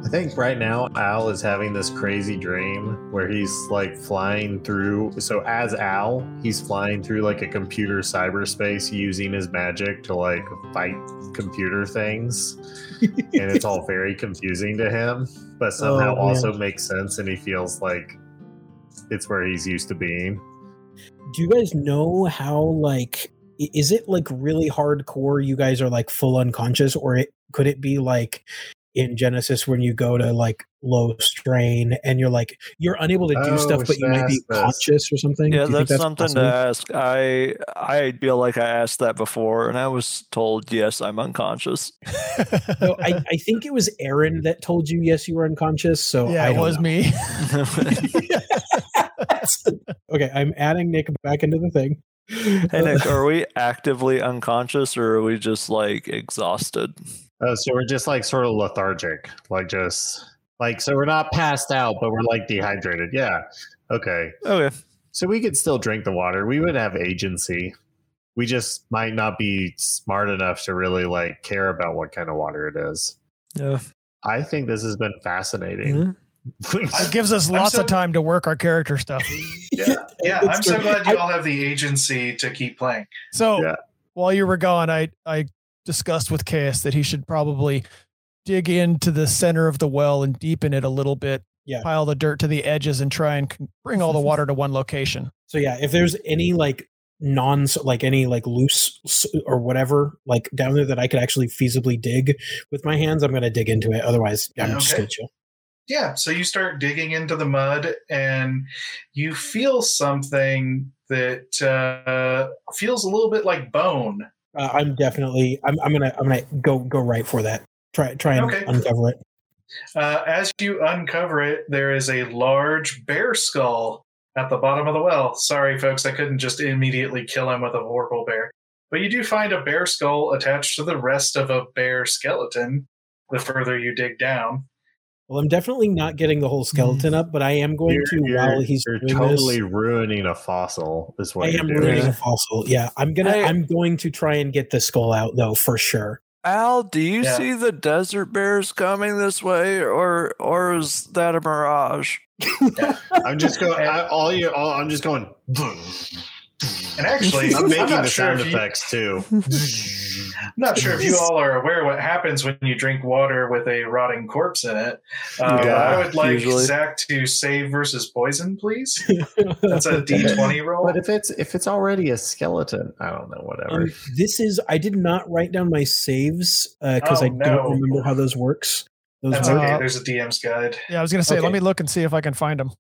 Speaker 5: I think right now Al is having this crazy dream where he's like flying through. So as Al, he's flying through like a computer cyberspace using his magic to like fight computer things, and it's all very confusing to him. But somehow
Speaker 4: man.
Speaker 5: also makes sense, and he feels like it's where he's used to being.
Speaker 4: Do you guys know how like i- is it like really hardcore? You guys are like full unconscious, or it could it be like in Genesis when you go to like low strain and you're like you're unable to do
Speaker 5: Oh,
Speaker 4: stuff,
Speaker 5: we
Speaker 4: but you
Speaker 5: should
Speaker 4: might be
Speaker 5: ask this.
Speaker 4: conscious or something?
Speaker 3: Yeah,
Speaker 4: Do you think
Speaker 3: that's, something
Speaker 4: possible?
Speaker 3: to ask. I I feel like I asked that before, and I was told yes, I'm unconscious.
Speaker 4: No, I, I think it was Aaron that told you yes you were unconscious. So
Speaker 2: yeah,
Speaker 4: I
Speaker 2: it
Speaker 4: don't
Speaker 2: was
Speaker 4: know.
Speaker 2: me.
Speaker 4: okay, I'm adding Nick back into the thing.
Speaker 3: hey Nick, are we actively unconscious, or are we just like exhausted?
Speaker 5: Oh, so we're just like sort of lethargic, like just like so we're not passed out, but we're like dehydrated. Yeah. Okay.
Speaker 3: Okay,
Speaker 5: So we could still drink the water. We would have agency. We just might not be smart enough to really like care about what kind of water it is.
Speaker 3: yeah.
Speaker 5: I think this has been fascinating.
Speaker 2: It gives us lots
Speaker 1: so-
Speaker 2: of time to work our character stuff.
Speaker 1: Yeah,
Speaker 4: It's I'm so true. glad you I-
Speaker 1: all have the agency to keep playing.
Speaker 2: So
Speaker 5: Yeah.
Speaker 2: while you were gone, I I discussed with Chaos that he should probably dig into the center of the well and deepen it a little bit.
Speaker 4: Yeah.
Speaker 2: Pile the dirt to the edges and try and c- bring all the water to one location.
Speaker 4: So yeah, if there's any like non like any like loose s- or whatever like down there that I could actually feasibly dig with my hands, I'm gonna dig into it. Otherwise, I'm just
Speaker 1: Okay.
Speaker 4: gonna chill.
Speaker 1: Yeah, so you start digging into the mud and you feel something that uh, feels a little bit like bone.
Speaker 4: Uh, I'm definitely I'm I'm gonna I'm gonna go go right for that. Try try and
Speaker 1: Okay.
Speaker 4: uncover it.
Speaker 1: Uh, as you uncover it, there is a large bear skull at the bottom of the well. Sorry, folks, I couldn't just immediately kill him with a horrible bear. But you do find a bear skull attached to the rest of a bear skeleton the further you dig down.
Speaker 4: Well, I'm definitely not getting the whole skeleton up, but I am going
Speaker 5: Mm. You're-
Speaker 4: to
Speaker 5: you're-
Speaker 4: while he's
Speaker 5: you're
Speaker 4: doing
Speaker 5: totally
Speaker 4: this.
Speaker 5: ruining a fossil. Is
Speaker 4: I
Speaker 5: what you're
Speaker 4: am
Speaker 5: doing.
Speaker 4: ruining
Speaker 3: Yeah.
Speaker 4: a fossil. Yeah, I'm gonna
Speaker 3: I-
Speaker 4: I'm going to try and get the skull out though for sure.
Speaker 3: Al, do you
Speaker 1: Yeah.
Speaker 3: see the desert bears coming this way, or or is that a mirage?
Speaker 5: I'm just going. I, all you. All, I'm just going. boom.
Speaker 1: And actually,
Speaker 5: I'm making
Speaker 1: not
Speaker 5: the
Speaker 1: sure
Speaker 5: sound
Speaker 1: if you-
Speaker 5: effects too.
Speaker 1: I'm not sure if you all are aware what happens when you drink water with a rotting corpse in it. Uh,
Speaker 5: Yeah,
Speaker 1: I would like
Speaker 3: usually.
Speaker 1: Zach to save versus poison, please. That's a D20 roll.
Speaker 5: But if it's if it's already a skeleton, I don't know. Whatever.
Speaker 4: Um, this is I did not write down my saves because
Speaker 1: Oh,
Speaker 4: I
Speaker 1: no.
Speaker 4: don't remember how those works. Those
Speaker 1: That's
Speaker 4: work.
Speaker 1: okay. There's a DM's guide.
Speaker 2: Yeah, I was gonna say, let
Speaker 4: Okay.
Speaker 2: me look and see if I can find him.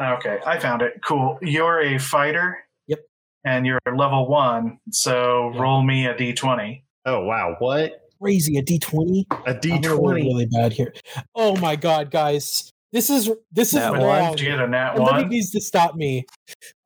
Speaker 1: Okay, I found it. Cool. You're a fighter.
Speaker 4: Yep.
Speaker 1: And you're level one, so
Speaker 4: Yeah.
Speaker 1: roll me a d20.
Speaker 5: oh wow! What
Speaker 4: crazy a D twenty.
Speaker 5: a D
Speaker 4: I'm gonna roll
Speaker 5: twenty.
Speaker 4: really bad here. Oh my god, guys, this is this is
Speaker 3: Nat one?
Speaker 4: wrong.
Speaker 1: Did you get a nat
Speaker 4: Somebody
Speaker 1: one?
Speaker 4: needs to stop me.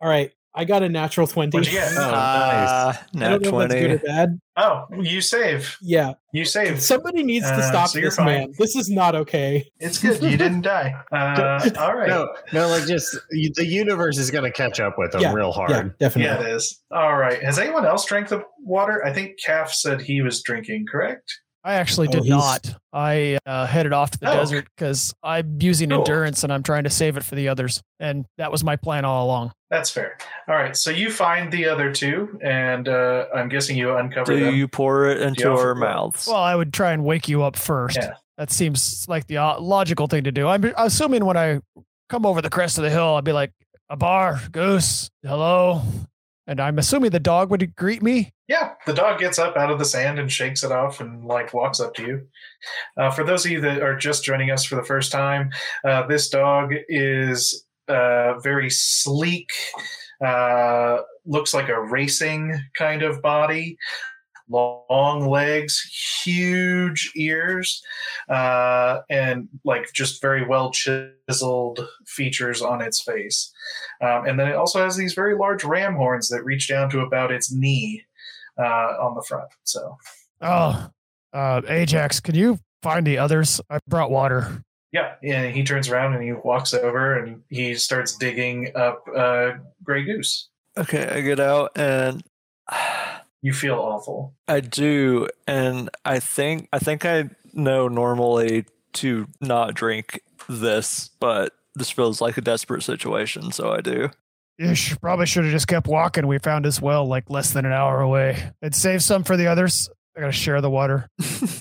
Speaker 4: All right, I got a natural twenty.
Speaker 1: What'd you get?
Speaker 5: Oh,
Speaker 3: Ah,
Speaker 4: I
Speaker 3: nat
Speaker 4: don't know if that's good or
Speaker 3: twenty.
Speaker 4: bad.
Speaker 1: Oh, you save.
Speaker 4: Yeah,
Speaker 1: You save.
Speaker 4: somebody needs
Speaker 1: Uh,
Speaker 4: to stop
Speaker 1: so you're
Speaker 4: this
Speaker 1: fine.
Speaker 4: man. This is not okay.
Speaker 1: It's good. You didn't die. Uh, all right.
Speaker 5: No, no, like just you- the universe is going to catch up with them
Speaker 4: Yeah,
Speaker 5: real
Speaker 4: Yeah,
Speaker 5: hard.
Speaker 1: Yeah,
Speaker 4: definitely.
Speaker 1: it is. All right. Has anyone else drank the water? I think Calf said he was drinking, correct?
Speaker 2: I actually
Speaker 4: Oh,
Speaker 2: did
Speaker 4: he's-
Speaker 2: not. I uh, headed off to the
Speaker 1: Oh.
Speaker 2: desert because I'm using
Speaker 1: Cool.
Speaker 2: endurance and I'm trying to save it for the others, and that was my plan all along.
Speaker 1: That's fair. All right. So you find the other two, and uh, I'm guessing you uncover
Speaker 3: Do
Speaker 1: them.
Speaker 3: you pour it into
Speaker 1: Yeah.
Speaker 3: our mouths?
Speaker 2: Well, I would try and wake you up first.
Speaker 1: Yeah.
Speaker 2: That seems like the uh, logical thing to do. I'm assuming when I come over the crest of the hill, I'd be like, a bar, goose, hello. And I'm assuming the dog would greet me.
Speaker 1: Yeah, the dog gets up out of the sand and shakes it off and like walks up to you. Uh, for those of you that are just joining us for the first time, uh, this dog is uh, very sleek. Uh, looks like a racing kind of body, long legs, huge ears, uh, and like just very well chiseled features on its face. Um, and then it also has these very large ram horns that reach down to about its knee uh, on the front. So,
Speaker 2: Oh, uh, Ajax, can you find the others? I brought water.
Speaker 1: yeah. And he turns around and he walks over and he starts digging up uh, Grey Goose.
Speaker 3: okay, I get out and
Speaker 1: You feel awful.
Speaker 3: I do, and I think I think I know normally to not drink this, but this feels like a desperate situation, so I do.
Speaker 2: Ish, probably should have just kept walking. We found this well like less than an hour away. And save some for the others. I gotta share the water.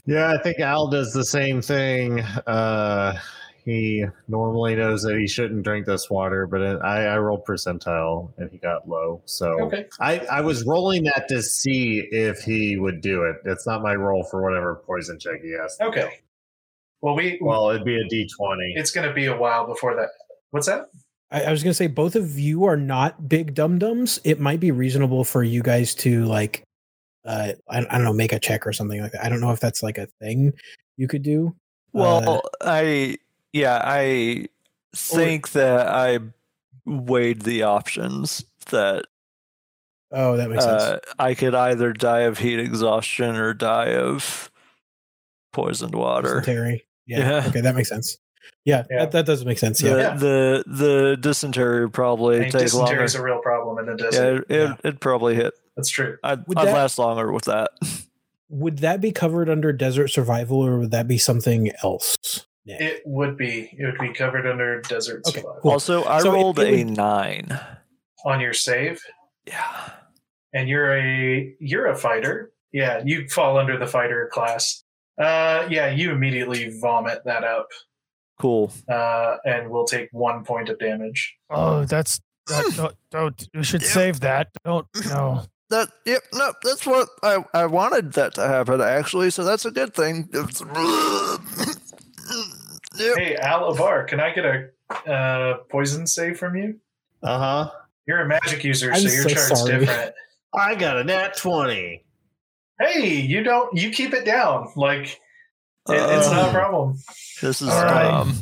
Speaker 5: Yeah, I think Al does the same thing. Uh, he normally knows that he shouldn't drink this water, but it, I, I rolled percentile and he got low. So
Speaker 1: Okay.
Speaker 5: I, I was rolling that to see if he would do it. It's not my roll for whatever poison check he has. to do.
Speaker 1: Okay. Well, we.
Speaker 5: Well, it'd be a D20.
Speaker 1: it's going to be a while before that. What's that?
Speaker 4: I, I was gonna say both of you are not big dum dums. It might be reasonable for you guys to like, uh, I, I don't know, make a check or something like that. I don't know if that's like a thing you could do. Uh,
Speaker 3: Well, I yeah, I think that I weighed the options that
Speaker 4: Oh, that makes sense.
Speaker 3: uh, I could either die of heat exhaustion or die of poisoned water.
Speaker 4: Dysentery. Yeah.
Speaker 3: Yeah.
Speaker 4: Okay, that makes sense. Yeah,
Speaker 1: Yeah.
Speaker 4: That, that does make sense.
Speaker 3: The,
Speaker 4: Yeah.
Speaker 1: Yeah.
Speaker 3: the the dysentery would probably
Speaker 1: Hey,
Speaker 3: take
Speaker 1: dysentery
Speaker 3: longer.
Speaker 1: is a real problem in the
Speaker 3: Yeah,
Speaker 1: desert.
Speaker 3: it, it, it'd probably hit.
Speaker 1: That's true.
Speaker 3: I'd,
Speaker 4: Would
Speaker 3: I'd
Speaker 4: that-
Speaker 3: last longer with that.
Speaker 4: Would that be covered under desert survival, or would that be something else? Yeah.
Speaker 1: It would be. It would be covered under desert
Speaker 4: Okay,
Speaker 1: survival
Speaker 4: cool.
Speaker 3: Also, I
Speaker 4: So it-
Speaker 3: rolled
Speaker 4: it
Speaker 3: a
Speaker 4: would-
Speaker 3: nine.
Speaker 1: on your save.
Speaker 3: Yeah.
Speaker 1: and you're a you're a fighter. Yeah, you fall under the fighter class. Uh, yeah, you immediately vomit that up,
Speaker 3: Cool.
Speaker 1: uh, and will take one point of damage.
Speaker 2: Oh, that's that, don't, don't. You should
Speaker 3: Yeah.
Speaker 2: save that. Don't. No.
Speaker 3: That yep, no, that's what I, I wanted that to happen actually, so that's a good thing. Yep.
Speaker 1: Hey, Alavar, can I get a uh, poison save from you?
Speaker 5: Uh huh.
Speaker 1: You're a magic user,
Speaker 4: I'm
Speaker 1: so your
Speaker 4: so
Speaker 1: chart's
Speaker 4: sorry.
Speaker 1: different.
Speaker 5: I got a nat 20.
Speaker 1: Hey, you don't you keep it down. Like it, it's not a
Speaker 5: Uh.
Speaker 1: problem.
Speaker 3: This is
Speaker 2: All right.
Speaker 3: um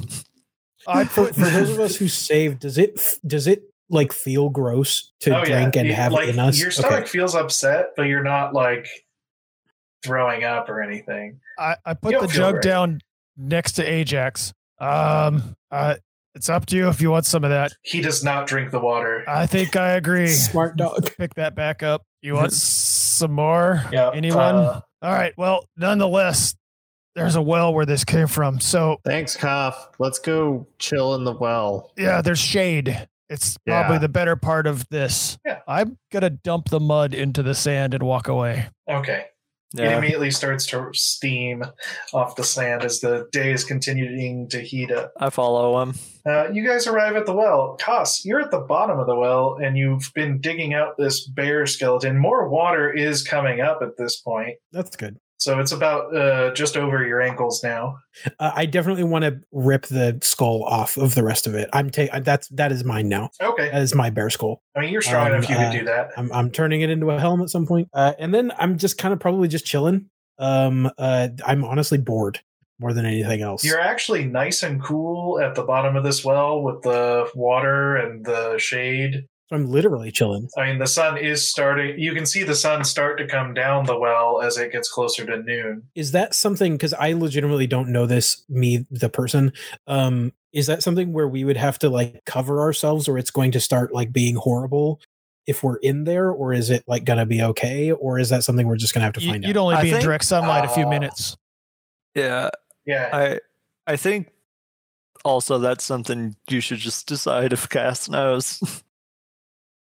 Speaker 2: I
Speaker 4: for,
Speaker 2: put
Speaker 4: for those of us who saved, does it does it like feel gross to drink and
Speaker 1: Oh, You-
Speaker 4: have
Speaker 1: like,
Speaker 4: it in us?
Speaker 1: Your
Speaker 4: Okay.
Speaker 1: stomach feels upset, but you're not like throwing up or anything.
Speaker 2: I, I put
Speaker 1: You'll
Speaker 2: the
Speaker 1: feel
Speaker 2: jug
Speaker 1: great.
Speaker 2: down next to Ajax. Um, uh, it's up to you if you want some of that.
Speaker 1: He does not drink the water.
Speaker 2: I think I agree.
Speaker 6: Smart dog.
Speaker 2: Pick that back up. You want some more?
Speaker 1: Yeah.
Speaker 2: Anyone?
Speaker 1: uh,
Speaker 2: All right. Well, nonetheless, there's a well where this came from. So
Speaker 5: Thanks, Cough. Let's go chill in the well.
Speaker 2: yeah, there's shade. It's probably
Speaker 5: Yeah.
Speaker 2: the better part of this.
Speaker 1: Yeah.
Speaker 2: I'm gonna dump the mud into the sand and walk away.
Speaker 1: okay. It
Speaker 3: yeah.
Speaker 1: immediately starts to steam off the sand as the day is continuing to heat up.
Speaker 3: I follow him.
Speaker 1: Uh, you guys arrive at the well. Koss, you're at the bottom of the well, and you've been digging out this bear skeleton. More water is coming up at this point,
Speaker 4: That's good.
Speaker 1: so it's about uh, just over your ankles now.
Speaker 4: Uh, I definitely want to rip the skull off of the rest of it. I'm ta- that's that is mine now.
Speaker 1: Okay,
Speaker 4: That is my bear skull.
Speaker 1: I mean you're strong
Speaker 4: Um,
Speaker 1: enough you
Speaker 4: uh,
Speaker 1: could do that.
Speaker 4: I'm I'm turning it into a helm at some point. Uh, and then I'm just kind of probably just chilling. Um, uh, I'm honestly bored more than anything else.
Speaker 1: You're actually nice and cool at the bottom of this well with the water and the shade.
Speaker 4: So I'm literally chilling.
Speaker 1: I mean, the sun is starting. You can see the sun start to come down the well as it gets closer to noon.
Speaker 4: Is that something? Because I legitimately don't know this. Me, the person. Um, is that something where we would have to like cover ourselves, or it's going to start like being horrible if we're in there, or is it like gonna be okay, or is that something we're just gonna have to
Speaker 2: You,
Speaker 4: find out?
Speaker 2: would only
Speaker 3: I
Speaker 2: be in
Speaker 3: think-
Speaker 2: direct sunlight a few
Speaker 1: uh,
Speaker 2: minutes.
Speaker 3: Yeah.
Speaker 1: Yeah.
Speaker 3: I I think also that's something you should just decide if Cass knows.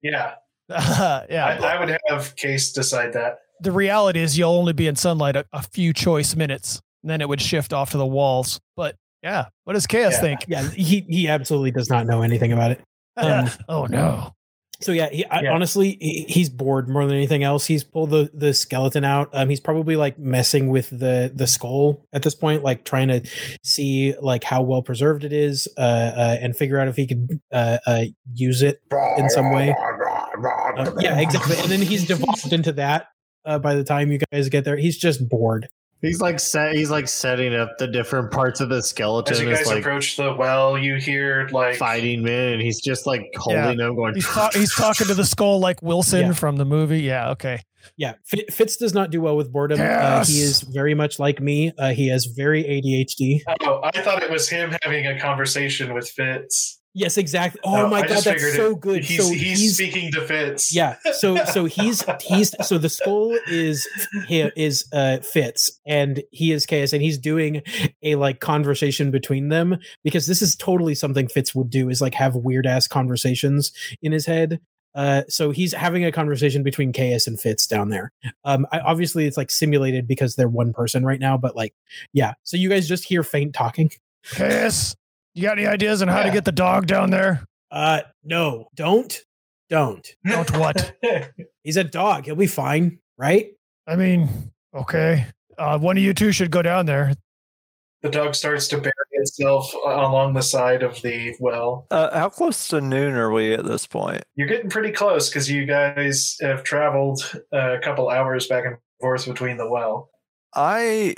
Speaker 1: Yeah. I,
Speaker 2: yeah.
Speaker 1: I would have Case decide that.
Speaker 2: the reality is you'll only be in sunlight a, a few choice minutes and then it would shift off to the walls but yeah what does chaos
Speaker 1: Yeah.
Speaker 2: think
Speaker 4: yeah, he he absolutely does not know anything about it. Um,
Speaker 2: oh no
Speaker 4: So yeah, he, I,
Speaker 1: Yeah.
Speaker 4: honestly, he, he's bored more than anything else. He's pulled the the skeleton out. Um, he's probably like messing with the the skull at this point, like trying to see like how well preserved it is, uh, uh and figure out if he could uh, uh use it in some way. Uh, yeah, exactly. And then he's devolved into that. Uh, by the time you guys get there, he's just bored.
Speaker 5: He's like set, he's like setting up the different parts of the skeleton.
Speaker 1: As you
Speaker 5: It's
Speaker 1: guys
Speaker 5: like
Speaker 1: approach the well, you hear like
Speaker 5: fighting men, and he's just like holding them, going.
Speaker 2: he's, ta- he's talking to the skull like wilson
Speaker 4: Yeah.
Speaker 2: from the movie yeah okay
Speaker 4: Yeah, Fi- Fitz does not do well with boredom. Uh,
Speaker 2: Yes.
Speaker 4: he is very much like me. Uh, he has very ADHD.
Speaker 1: Oh, I thought it was him having a conversation with Fitz.
Speaker 4: Yes, exactly. Oh
Speaker 1: No,
Speaker 4: my
Speaker 1: I
Speaker 4: god,
Speaker 1: just
Speaker 4: that's
Speaker 1: figured
Speaker 4: so
Speaker 1: it.
Speaker 4: good.
Speaker 1: He's,
Speaker 4: so
Speaker 1: he's, speaking to Fitz.
Speaker 4: Yeah. So so he's he's so the skull is he is uh Fitz and he is Chaos and he's doing a like conversation between them because this is totally something Fitz would do is like have weird ass conversations in his head. Uh, so he's having a conversation between Chaos and Fitz down there. Um, I, obviously it's like simulated because they're one person right now, but like, yeah. So you guys just hear faint talking.
Speaker 2: chaos you got any ideas on how to
Speaker 1: Yeah.
Speaker 2: get the dog down there
Speaker 4: Uh, no, don't, don't.
Speaker 2: Don't what?
Speaker 4: He's a dog. He'll be fine, right?
Speaker 2: i mean okay uh, one of you two should go down there
Speaker 1: the dog starts to bury itself uh, along the side of the well.
Speaker 3: Uh, how close to noon are we at this point?
Speaker 1: You're getting pretty close because you guys have traveled uh, a couple hours back and forth between the well.
Speaker 3: I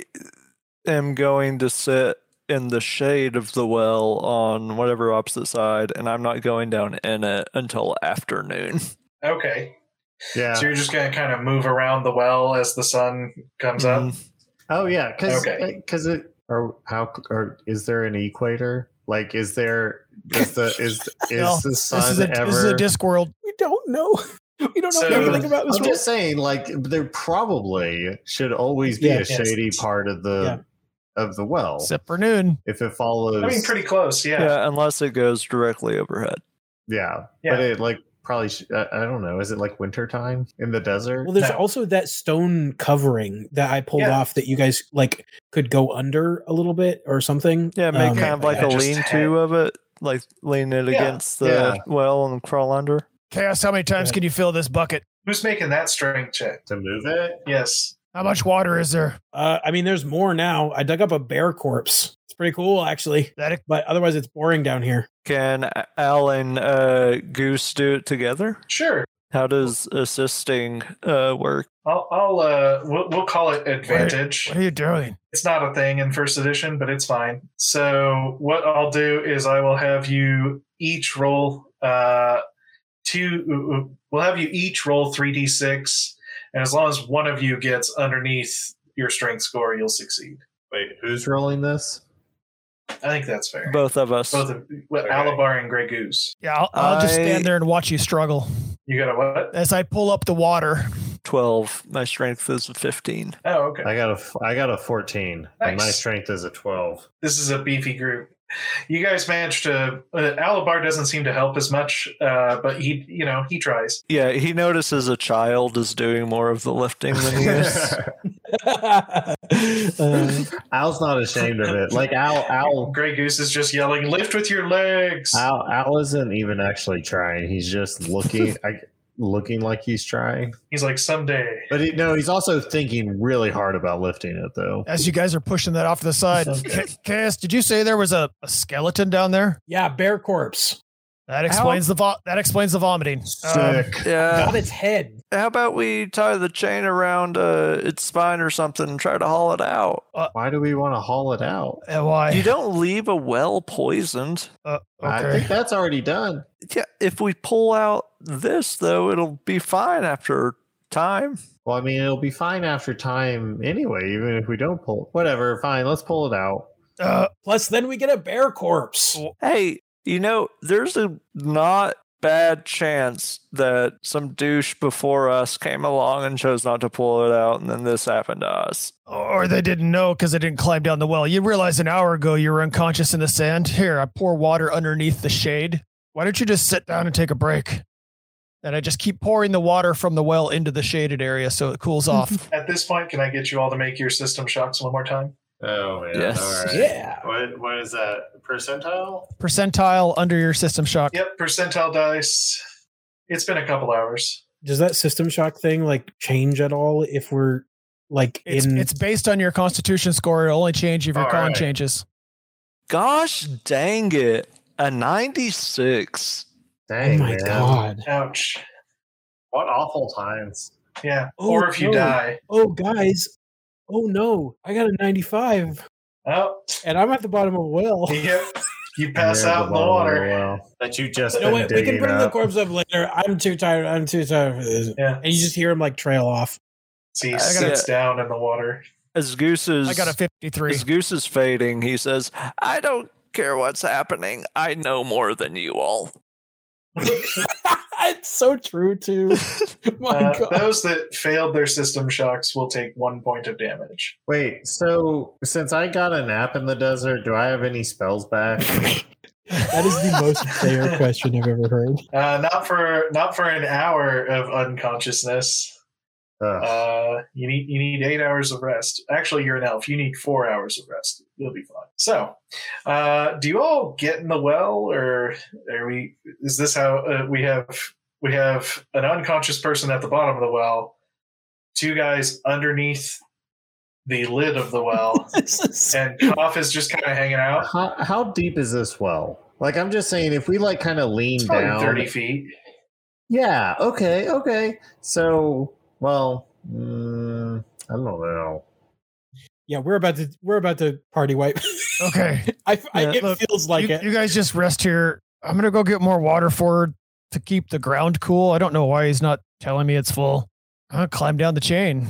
Speaker 3: am going to sit in the shade of the well on whatever opposite side, and I'm not going down in it until afternoon.
Speaker 1: Okay.
Speaker 5: yeah.
Speaker 1: So you're just going to kind of move around the well as the sun comes
Speaker 4: Mm-hmm.
Speaker 1: up.
Speaker 3: Mm,
Speaker 5: Oh yeah, because
Speaker 1: Okay.
Speaker 5: because it or how or is there an equator? Like, is there is the is is
Speaker 2: No,
Speaker 5: the sun
Speaker 2: this is a
Speaker 5: ever?
Speaker 2: this is a disc world
Speaker 4: We don't know. We don't know
Speaker 1: So-
Speaker 4: everything about this
Speaker 5: I'm
Speaker 4: world.
Speaker 5: just saying, like, there probably should always be
Speaker 4: Yeah,
Speaker 5: a
Speaker 1: yes.
Speaker 5: shady part of the of the well
Speaker 2: except for noon
Speaker 5: if it follows.
Speaker 1: I mean, pretty close.
Speaker 3: yeah.
Speaker 1: Yeah.
Speaker 3: unless it goes directly overhead.
Speaker 5: yeah,
Speaker 1: Yeah.
Speaker 5: but it like probably sh- I, I don't know. Is it like winter time in the desert?
Speaker 4: Well, there's
Speaker 1: No.
Speaker 4: also that stone covering that I pulled
Speaker 1: Yeah.
Speaker 4: off that you guys like could go under a little bit or something.
Speaker 3: Yeah, make
Speaker 4: Um,
Speaker 3: kind of
Speaker 1: like
Speaker 3: like
Speaker 1: I
Speaker 3: a
Speaker 1: just
Speaker 3: lean
Speaker 1: had-
Speaker 3: to of it, like lean it
Speaker 1: Yeah,
Speaker 3: against the
Speaker 5: yeah.
Speaker 3: well and crawl under.
Speaker 2: Chaos, how many times
Speaker 4: Yeah.
Speaker 2: can you fill this bucket?
Speaker 1: Who's making that strength check?
Speaker 5: to move it.
Speaker 1: Yes.
Speaker 2: How much water is there?
Speaker 4: Uh, I mean, there's more now. I dug up a bear corpse. It's pretty cool, actually.
Speaker 2: That
Speaker 4: But otherwise, it's boring down here.
Speaker 3: Can Al and uh, Goose do it together?
Speaker 1: Sure.
Speaker 3: How does assisting uh, work?
Speaker 1: I'll, I'll uh, we'll, we'll call it advantage.
Speaker 2: what are you doing?
Speaker 1: It's not a thing in first edition, but it's fine. So what I'll do is I will have you each roll uh, two. We'll have you each roll three d six, and as long as one of you gets underneath your strength score, you'll succeed.
Speaker 5: Wait, who's rolling this?
Speaker 1: I think that's fair.
Speaker 3: Both of us.
Speaker 1: Both of well,
Speaker 5: Okay.
Speaker 1: Alabar and Grey Goose.
Speaker 2: Yeah, I'll, I'll just
Speaker 3: I-
Speaker 2: stand there and watch you struggle
Speaker 1: You got a what?
Speaker 2: as I pull up the water.
Speaker 3: 12. My strength is 15.
Speaker 1: Oh, okay.
Speaker 5: I got a f- I got a fourteen, and my
Speaker 1: Nice.
Speaker 5: strength is a twelve.
Speaker 1: this is a beefy group. You guys managed to. Uh, Alabar doesn't seem to help as much, uh, but he, you know, he tries.
Speaker 3: Yeah, he notices a child is doing more of the lifting than he is.
Speaker 4: Uh,
Speaker 5: Al's not ashamed of it. Like Al, Al,
Speaker 1: Grey Goose is just yelling, "Lift with your legs!"
Speaker 5: Al, Al isn't even actually trying. He's just looking, I, looking like he's trying.
Speaker 1: He's like, "Someday."
Speaker 5: But he, no, he's also thinking really hard about lifting it, though.
Speaker 2: As you guys are pushing that off to the side, Ca- Chaos, did you say there was a, a skeleton down there?
Speaker 4: yeah, bear corpse.
Speaker 2: That explains the vo- that explains the vomiting. Um,
Speaker 3: Yeah.
Speaker 4: Got its head.
Speaker 3: How about we tie the chain around uh, its spine or something and try to haul it out?
Speaker 5: Why do we want to haul it out?
Speaker 2: and why?
Speaker 3: You don't leave a well poisoned.
Speaker 2: Uh,
Speaker 5: I think
Speaker 2: okay.
Speaker 5: that's already done.
Speaker 3: Yeah, if we pull out this though, it'll be fine after time.
Speaker 5: Well, I mean, it'll be fine after time anyway, even if we don't pull. Whatever, fine. Let's pull it out.
Speaker 2: Uh,
Speaker 4: Plus, then we get a bear corpse.
Speaker 3: Hey, you know, there's a not bad chance that some douche before us came along and chose not to pull it out, and then this happened to us.
Speaker 2: or they didn't know because they didn't climb down the well. You realize an hour ago you were unconscious in the sand. Here, I pour water underneath the shade. Why don't you just sit down and take a break? And I just keep pouring the water from the well into the shaded area so it cools off.
Speaker 1: At this point, can I get you all to make your system shocks one more time?
Speaker 5: Oh, man.
Speaker 3: Yes. all right.
Speaker 4: Yeah.
Speaker 5: What, what is that? Percentile?
Speaker 2: Percentile under your system shock.
Speaker 1: Yep, percentile dice. It's been a couple hours.
Speaker 4: Does that system shock thing like change at all if we're like
Speaker 2: It's,
Speaker 4: in?
Speaker 2: it's based on your constitution score. It'll only change if your
Speaker 1: All
Speaker 2: con
Speaker 1: right.
Speaker 2: changes.
Speaker 3: Gosh dang it. A 96.
Speaker 4: oh
Speaker 5: Dang,
Speaker 4: my
Speaker 5: man.
Speaker 4: god.
Speaker 1: Ouch.
Speaker 5: What awful times.
Speaker 1: Yeah.
Speaker 4: Oh,
Speaker 1: or if you
Speaker 4: no.
Speaker 1: die.
Speaker 4: Oh guys. Oh no. I got a 95,
Speaker 1: Oh,
Speaker 4: and I'm at the bottom of a well.
Speaker 1: yep. You pass
Speaker 5: Near the
Speaker 1: out in the
Speaker 5: bottom of the
Speaker 1: water.
Speaker 5: well That you just
Speaker 4: No,
Speaker 5: been
Speaker 4: wait, we can
Speaker 5: digging
Speaker 4: bring the
Speaker 5: up.
Speaker 4: corpse up later. I'm too tired. I'm too tired for this.
Speaker 1: Yeah.
Speaker 4: And you just hear him like trail off.
Speaker 1: So he
Speaker 3: I gotta-
Speaker 1: sits down in the water.
Speaker 3: As Goose is
Speaker 2: I got a 53.
Speaker 3: as Goose is fading, he says, I don't care what's happening. I know more than you all.
Speaker 4: it's so true too. Oh My
Speaker 1: Uh,
Speaker 4: God.
Speaker 1: those that failed their system shocks will take one point of damage.
Speaker 5: Wait, so since I got a nap in the desert, do I have any spells back?
Speaker 4: That is the most fair question I've ever heard.
Speaker 1: Uh, not for not for an hour of unconsciousness.
Speaker 5: Ugh.
Speaker 1: Uh, you need you need eight hours of rest. Actually, you're an elf. You need four hours of rest. You'll be fine. So, uh, do you all get in the well, or are we? Is this how uh, we have we have an unconscious person at the bottom of the well, two guys underneath the lid of the well,
Speaker 4: This is-
Speaker 1: and Koff is just kind of hanging out.
Speaker 5: How, how deep is this well? Like, I'm just saying, if we like kind of lean
Speaker 1: It's probably
Speaker 5: down,
Speaker 1: thirty feet.
Speaker 5: Yeah. Okay. Okay. So, well, mm, I don't know.
Speaker 4: yeah, we're about to we're about to party wipe.
Speaker 2: okay.
Speaker 4: I, I,
Speaker 3: Yeah,
Speaker 4: it
Speaker 2: look,
Speaker 4: feels like
Speaker 2: you,
Speaker 4: it.
Speaker 2: you guys just rest here. I'm gonna go get more water for to keep the ground cool. I don't know why he's not telling me it's full. I'll climb down the chain.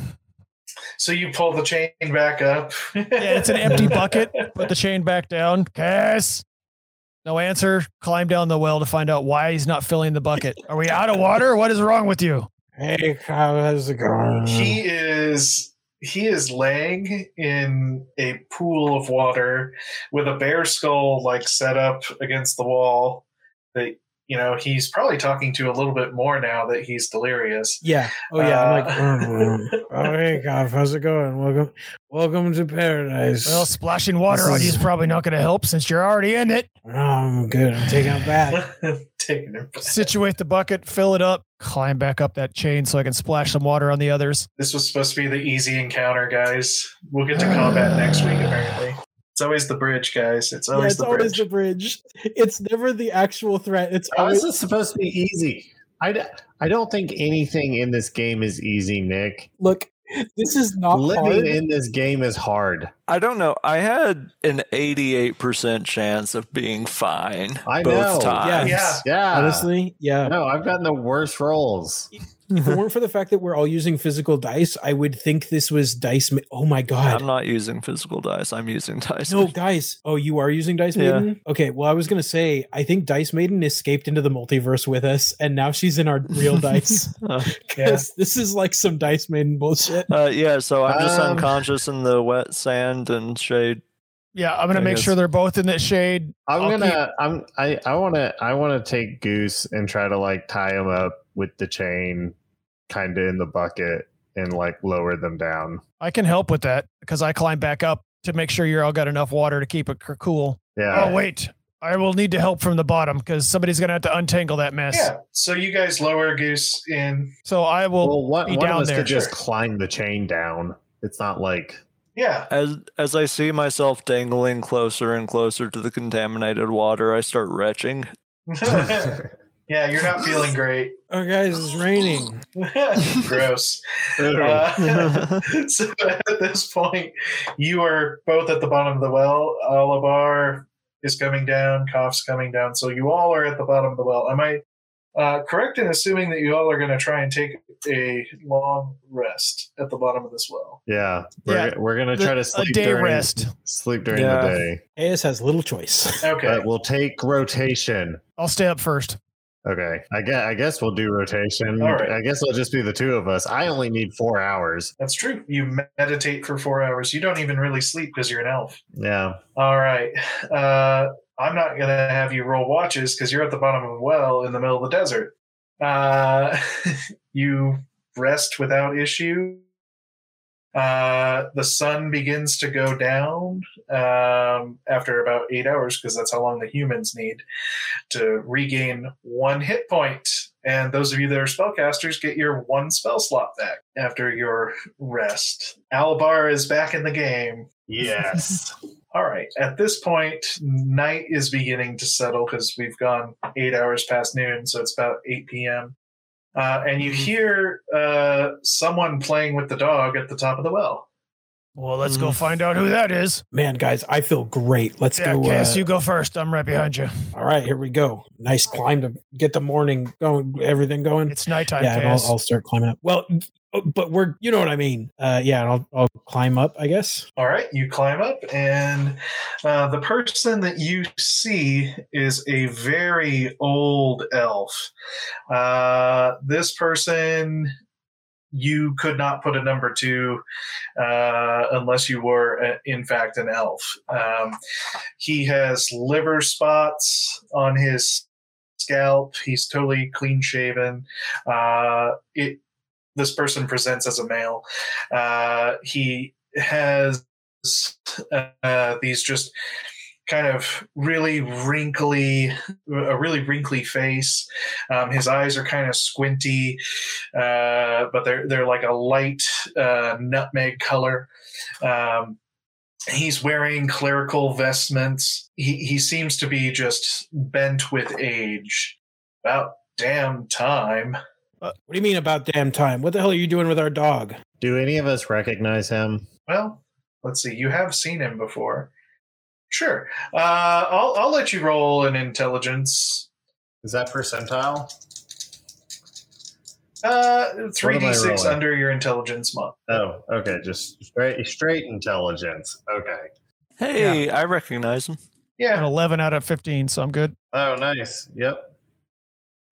Speaker 1: So you pull the chain back up.
Speaker 2: Yeah, it's an empty bucket. Put the chain back down. Cass. No answer. Climb down the well to find out why he's not filling the bucket. Are we out of water? What is wrong with you?
Speaker 4: Hey, Kyle, how's it going?
Speaker 1: he is he is laying in a pool of water with a bear skull like set up against the wall that you know, he's probably talking to a little bit more now that he's delirious.
Speaker 4: Yeah. Oh yeah. I'm like,
Speaker 1: Uh,
Speaker 4: "Mm, mm. oh hey, Goff, how's it going? Welcome, welcome to paradise.
Speaker 2: Well, splashing water
Speaker 4: This
Speaker 2: on you
Speaker 4: is-
Speaker 2: is probably not going to help since you're already in it.
Speaker 4: No, Oh, I'm good. I'm taking a bath.
Speaker 1: Taking him.
Speaker 2: Situate the bucket, fill it up, climb back up that chain so I can splash some water on the others.
Speaker 1: This was supposed to be the easy encounter, guys. We'll get to combat next week, apparently. It's always the bridge, guys. It's
Speaker 6: yeah,
Speaker 1: always
Speaker 6: it's
Speaker 1: the
Speaker 6: always
Speaker 1: bridge.
Speaker 6: the bridge. It's never the actual threat. It's
Speaker 5: How is
Speaker 6: always
Speaker 5: this supposed to be easy? I, d- I don't think anything in this game is easy, Nick.
Speaker 6: look. This is not
Speaker 5: Living
Speaker 6: hard.
Speaker 5: in this game is hard.
Speaker 3: I don't know. I had an 88% chance of being fine
Speaker 5: I
Speaker 3: both
Speaker 5: know.
Speaker 3: times.
Speaker 1: Yeah.
Speaker 5: Yeah.
Speaker 4: Honestly, yeah.
Speaker 5: No, I've gotten the worst rolls.
Speaker 4: If it weren't for the fact that we're all using physical dice, I would think this was dice. Ma- oh my god.
Speaker 3: I'm not using physical dice. I'm using dice.
Speaker 4: No, guys. Oh, you are using Dice
Speaker 3: Yeah.
Speaker 4: Maiden? Okay, well, I was going to say, I think Dice Maiden escaped into the multiverse with us, and now she's in our real dice.
Speaker 3: Uh,
Speaker 1: Yeah.
Speaker 4: Because this is like some Dice Maiden bullshit.
Speaker 3: uh, yeah, so I'm just
Speaker 5: Um,
Speaker 3: unconscious in the wet sand and shade.
Speaker 2: Yeah, I'm going to
Speaker 3: I
Speaker 2: make
Speaker 3: guess.
Speaker 2: sure they're both in that shade.
Speaker 5: I'm
Speaker 2: I'll
Speaker 5: gonna. I'm. I. I want to. I want to take Goose and try to like tie him up with the chain, kind of in the bucket, and like lower them down.
Speaker 2: I can help with that because I climb back up to make sure you're all got enough water to keep it c- cool.
Speaker 5: Yeah.
Speaker 2: Oh, wait. I will need to help from the bottom because somebody's going to have to untangle that mess.
Speaker 1: Yeah. So you guys lower Goose in.
Speaker 2: So I will.
Speaker 5: well, one,
Speaker 2: be
Speaker 5: one of
Speaker 2: down
Speaker 5: us
Speaker 2: there,
Speaker 5: could just
Speaker 1: sure.
Speaker 5: climb the chain down. It's not like
Speaker 1: Yeah.
Speaker 3: As as I see myself dangling closer and closer to the contaminated water, I start retching.
Speaker 1: yeah, you're not feeling great.
Speaker 4: Oh, guys, it's raining.
Speaker 1: Gross.
Speaker 5: Ugh.
Speaker 1: Uh, so at this point, you are both at the bottom of the well. Alabar is coming down. Cough's coming down. So you all are at the bottom of the well. Am I uh, correct in assuming that you all are going to try and take a long rest at the bottom of this well?
Speaker 5: yeah. We're
Speaker 2: Yeah.
Speaker 5: we're gonna
Speaker 2: The-
Speaker 5: try to
Speaker 2: a
Speaker 5: sleep
Speaker 2: day
Speaker 5: during,
Speaker 2: rest.
Speaker 5: Sleep during
Speaker 3: Yeah.
Speaker 5: the day,
Speaker 4: AS has little choice.
Speaker 1: Okay.
Speaker 5: but we'll take rotation.
Speaker 2: I'll stay up first.
Speaker 5: Okay, I guess I guess we'll do rotation.
Speaker 1: All right.
Speaker 5: I guess it'll just be the two of us. I only need four hours.
Speaker 1: That's true. You meditate for four hours. You don't even really sleep because you're an elf.
Speaker 5: Yeah.
Speaker 1: All right. Uh, I'm not going to have you roll watches because you're at the bottom of a well in the middle of the desert. Uh, you rest without issue. Uh, the sun begins to go down um, after about eight hours because that's how long the humans need to regain one hit point. And those of you that are spellcasters get your one spell slot back after your rest. Alabar is back in the game.
Speaker 5: Yes.
Speaker 1: All right. At this point, night is beginning to settle because we've gone eight hours past noon, so it's about 8 p.m. Uh, and you hear uh, someone playing with the dog at the top of the well.
Speaker 2: Well, let's go
Speaker 3: Mm.
Speaker 2: find out who that is.
Speaker 4: Man, guys, I feel great. Let's
Speaker 2: yeah,
Speaker 4: go.
Speaker 2: Cass,
Speaker 4: uh,
Speaker 2: you go first. I'm right behind you.
Speaker 4: all right, here we go. Nice climb to get the morning going, everything going.
Speaker 2: It's nighttime,
Speaker 4: yeah, and I'll,
Speaker 2: Cass.
Speaker 4: I'll start climbing up. Well, oh, but we're, you know what I mean. Uh, yeah, and I'll, I'll climb up, I guess.
Speaker 1: All right. You climb up, and uh, the person that you see is a very old elf. Uh, this person. You could not put a number to uh, unless you were, uh, in fact, an elf. Um, he has liver spots on his scalp. He's totally clean shaven. Uh, it this person presents as a male. Uh, he has uh, these just kind of really wrinkly, a really wrinkly face. Um, his eyes are kind of squinty, uh, but they're they're like a light uh, nutmeg color. Um, he's wearing clerical vestments. He he seems to be just bent with age. About damn time.
Speaker 4: What do you mean about damn time? What the hell are you doing with our dog?
Speaker 5: Do any of us recognize him?
Speaker 1: Well, let's see. You have seen him before. Sure. Uh, I'll, I'll let you roll an intelligence.
Speaker 5: Is that percentile?
Speaker 1: Uh,
Speaker 5: What am I
Speaker 1: 3d6
Speaker 5: rolling?
Speaker 1: under your intelligence mod.
Speaker 5: Oh, okay. Just straight, straight intelligence. Okay.
Speaker 3: Hey, I recognize him.
Speaker 2: An
Speaker 1: Yeah.
Speaker 2: 11 out of 15, so I'm good.
Speaker 5: Oh, nice. Yep.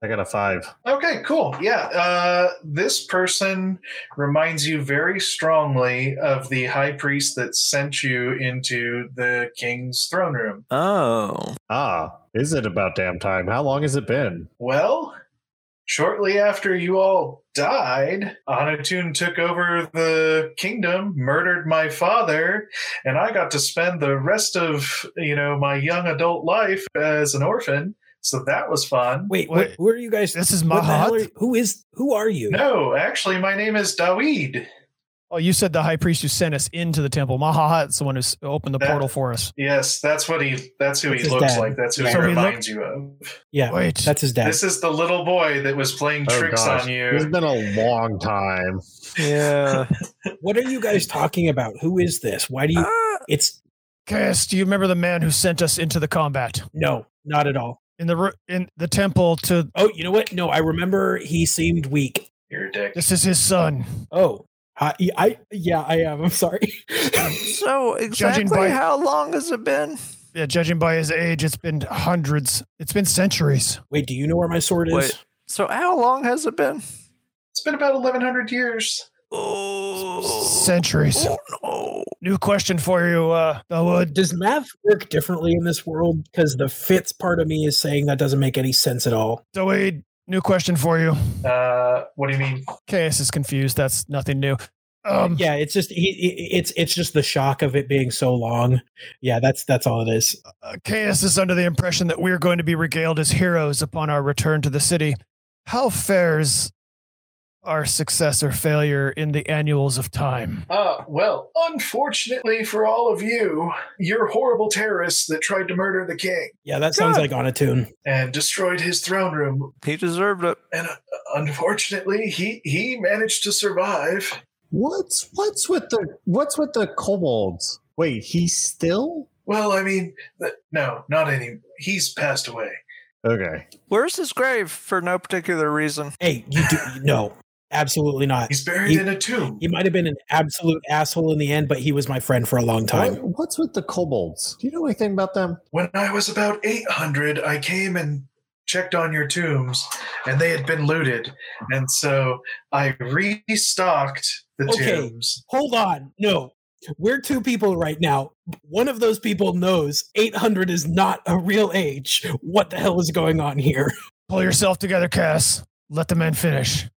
Speaker 5: I got a five.
Speaker 1: Okay, cool. Yeah, uh, this person reminds you very strongly of the high priest that sent you into the king's throne room.
Speaker 3: Oh.
Speaker 5: Ah, is it about damn time? How long has it been?
Speaker 1: Well, shortly after you all died, Anatun took over the kingdom, murdered my father, and I got to spend the rest of you know my young adult life as an orphan. So that was fun.
Speaker 4: Wait, what,
Speaker 2: Wait.
Speaker 4: who are you guys?
Speaker 2: This is
Speaker 4: what the hell
Speaker 2: Mahat.
Speaker 4: are- who is who are you?
Speaker 1: No, actually, my name is Dawid.
Speaker 2: Oh, you said the high priest who sent us into the temple. Mahat is the one who s- opened the
Speaker 1: That-
Speaker 2: portal for us.
Speaker 1: Yes, that's what he. That's who
Speaker 4: That's
Speaker 1: he
Speaker 4: his
Speaker 1: looks
Speaker 4: dad.
Speaker 1: like. That's who
Speaker 4: Yeah.
Speaker 1: he
Speaker 2: So he
Speaker 1: reminds you of.
Speaker 4: Yeah,
Speaker 2: Wait,
Speaker 4: that's his dad.
Speaker 1: This is the little boy that was playing
Speaker 5: Oh,
Speaker 1: tricks
Speaker 5: gosh.
Speaker 1: on
Speaker 5: It's
Speaker 1: you.
Speaker 5: been a long time.
Speaker 3: Yeah.
Speaker 4: What are you guys talking about? Who is this? Why do you?
Speaker 3: Ah,
Speaker 4: It's
Speaker 2: Caius, do you remember the man who sent us into the combat
Speaker 4: no, not at all.
Speaker 2: in the ru- in the temple? To
Speaker 4: Oh, you know what? No, I remember he seemed weak.
Speaker 1: You're a dick.
Speaker 2: this is his son.
Speaker 4: Oh,
Speaker 6: I, I yeah, I am. I'm sorry.
Speaker 3: so exactly
Speaker 2: by-
Speaker 3: how long has it been?
Speaker 2: Yeah, judging by his age, it's been hundreds. It's been centuries.
Speaker 4: wait, do you know where my sword is?
Speaker 3: Wait. So how long has it been?
Speaker 1: It's been about 1100 years.
Speaker 3: Oh,
Speaker 2: Centuries.
Speaker 3: oh no.
Speaker 2: New question for you, uh, Dawood.
Speaker 4: Does math work differently in this world? Because the Fitz part of me is saying that doesn't make any sense at all.
Speaker 2: Dawood, new question for you.
Speaker 1: Uh, what do you mean?
Speaker 2: Caius is confused. That's nothing new. Um,
Speaker 4: yeah, it's just he, he- it's it's just the shock of it being so long. Yeah, that's that's all it is.
Speaker 2: uh, Caius is under the impression that we're going to be regaled as heroes upon our return to the city. How fares our success or failure in the annuals of time?
Speaker 1: Uh, well, unfortunately for all of you, you're horrible terrorists that tried to murder the king
Speaker 4: Yeah, that sounds
Speaker 3: God.
Speaker 4: like Onatune.
Speaker 1: and destroyed his throne room.
Speaker 3: He deserved it.
Speaker 1: And uh, unfortunately, he he managed to survive.
Speaker 5: What's what's with the what's with the kobolds? Wait, he's still
Speaker 1: Well, I mean, th- no, not any. He's passed away.
Speaker 5: okay.
Speaker 3: Where's his grave for no particular reason?
Speaker 4: Hey, you do no, absolutely not.
Speaker 1: He's buried
Speaker 4: He-
Speaker 1: in a tomb.
Speaker 4: He might have been an absolute asshole in the end, but he was my friend for a long time.
Speaker 5: What, what's with the kobolds? Do you know anything about them?
Speaker 1: When I was about 800, I came and checked on your tombs, and they had been looted. And so I restocked the
Speaker 4: Okay.
Speaker 1: tombs.
Speaker 4: Hold on, no. We're two people right now. One of those people knows 800 is not a real age. What the hell is going on here?
Speaker 2: Pull yourself together, Cass. Let the man finish.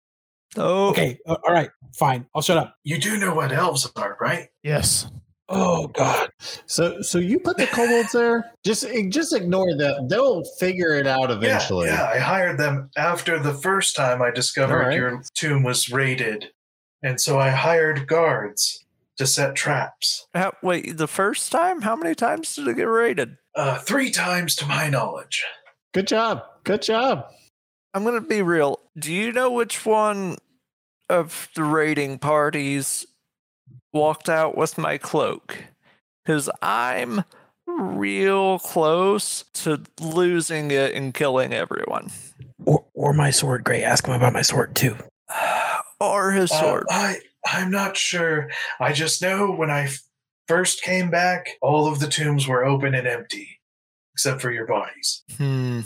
Speaker 3: Oh,
Speaker 4: Okay, uh, all right, fine. I'll shut up.
Speaker 1: You do know what elves are, right?
Speaker 2: Yes.
Speaker 4: Oh god.
Speaker 5: So so you put the kobolds there? Just just ignore that. They'll figure it out
Speaker 1: Yeah,
Speaker 5: eventually.
Speaker 1: Yeah, I hired them after the first time I discovered
Speaker 5: All right.
Speaker 1: your tomb was raided. And so I hired guards to set traps.
Speaker 3: How, wait, the first time? How many times did it get raided?
Speaker 1: Uh, three times to my knowledge.
Speaker 5: Good job. Good job.
Speaker 3: I'm gonna be real. Do you know which one of the raiding parties walked out with my cloak? Because I'm real close to losing it and killing everyone.
Speaker 4: Or, or my sword, Gray. Ask him about my sword too.
Speaker 3: or his
Speaker 1: Uh,
Speaker 3: sword.
Speaker 1: I I'm not sure. I just know when I f- first came back, all of the tombs were open and empty, except for your bodies.
Speaker 3: hmm.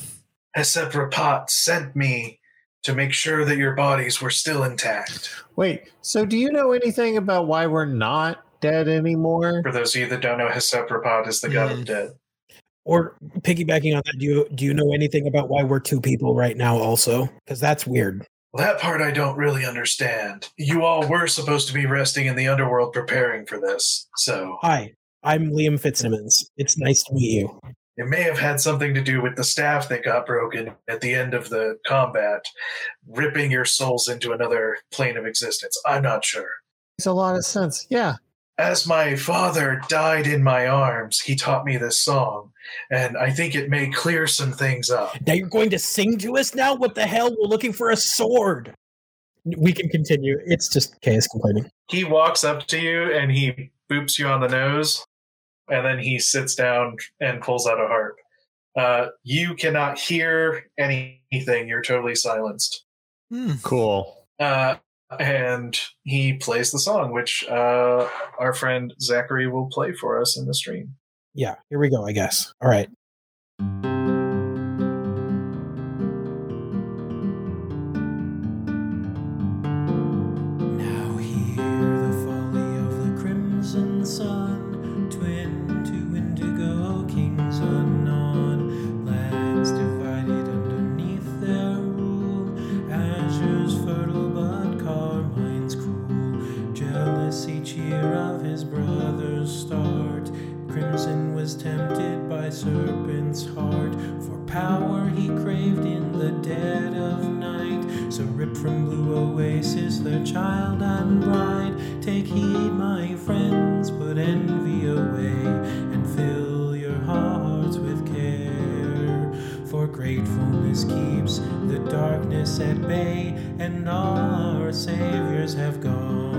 Speaker 1: Heseprapat sent me to make sure that your bodies were still intact.
Speaker 5: Wait, so do you know anything about why we're not dead anymore?
Speaker 1: For those of you that don't know, Heseprapat is the god
Speaker 3: Hmm.
Speaker 1: of dead.
Speaker 4: Or piggybacking on that, do you do you know anything about why we're two people right now? Also, because that's weird.
Speaker 1: Well, that part I don't really understand. You all were supposed to be resting in the underworld preparing for this, so
Speaker 4: Hi, I'm Liam Fitzsimmons. It's nice to meet you.
Speaker 1: It may have had something to do with the staff that got broken at the end of the combat, ripping your souls into another plane of existence. I'm not sure.
Speaker 5: Makes a lot of sense. Yeah.
Speaker 1: As my father died in my arms, he taught me this song, and I think it may clear some things up.
Speaker 4: Now you're going to sing to us now? What the hell? We're looking for a sword. We can continue. It's just chaos complaining.
Speaker 1: He walks up to you and he boops you on the nose, and then he sits down and pulls out a harp. Uh, you cannot hear anything, you're totally silenced.
Speaker 3: Hmm.
Speaker 5: Cool.
Speaker 1: uh, and he plays the song, which uh, our friend Zachary will play for us in the stream.
Speaker 4: Yeah, here we go. I guess. All right.
Speaker 7: fantasy cheer of his brother's start. Crimson was tempted by serpent's heart, for power he craved in the dead of night. So ripped from blue oasis, their child and bride, take heed, my friends, put envy away, and fill your hearts with care. For gratefulness keeps the darkness at bay, and all our saviors have gone.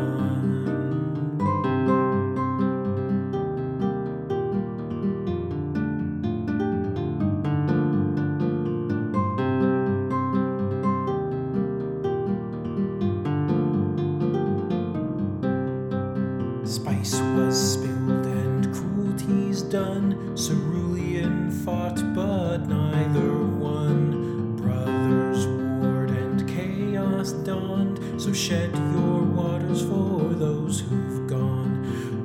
Speaker 7: Spice was spilled and cruelties done. Cerulean fought, but neither won. Brothers warred and chaos dawned. So shed your waters for those who've gone.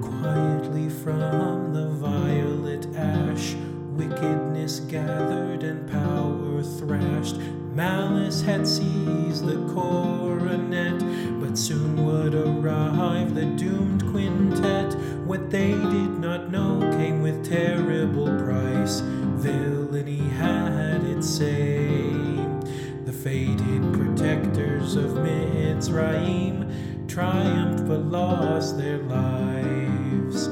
Speaker 7: Quietly from the violet ash, wickedness gathered and power thrashed. Malice had seized the coronet, but soon would arrive the doomed quintet. What they did not know came with terrible price. Villainy had its say. The fated protectors of Mitzrayim triumphed but lost their lives.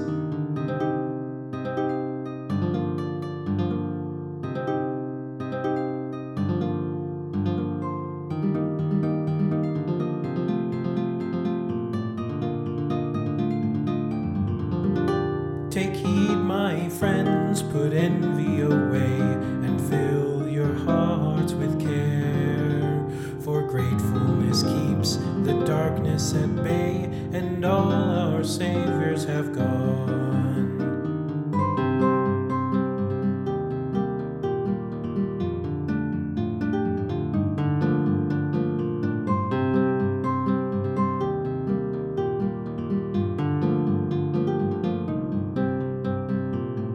Speaker 7: Take heed, my friends, put envy away and fill your hearts with care. For gratefulness keeps the darkness at bay, and all our saviors have gone.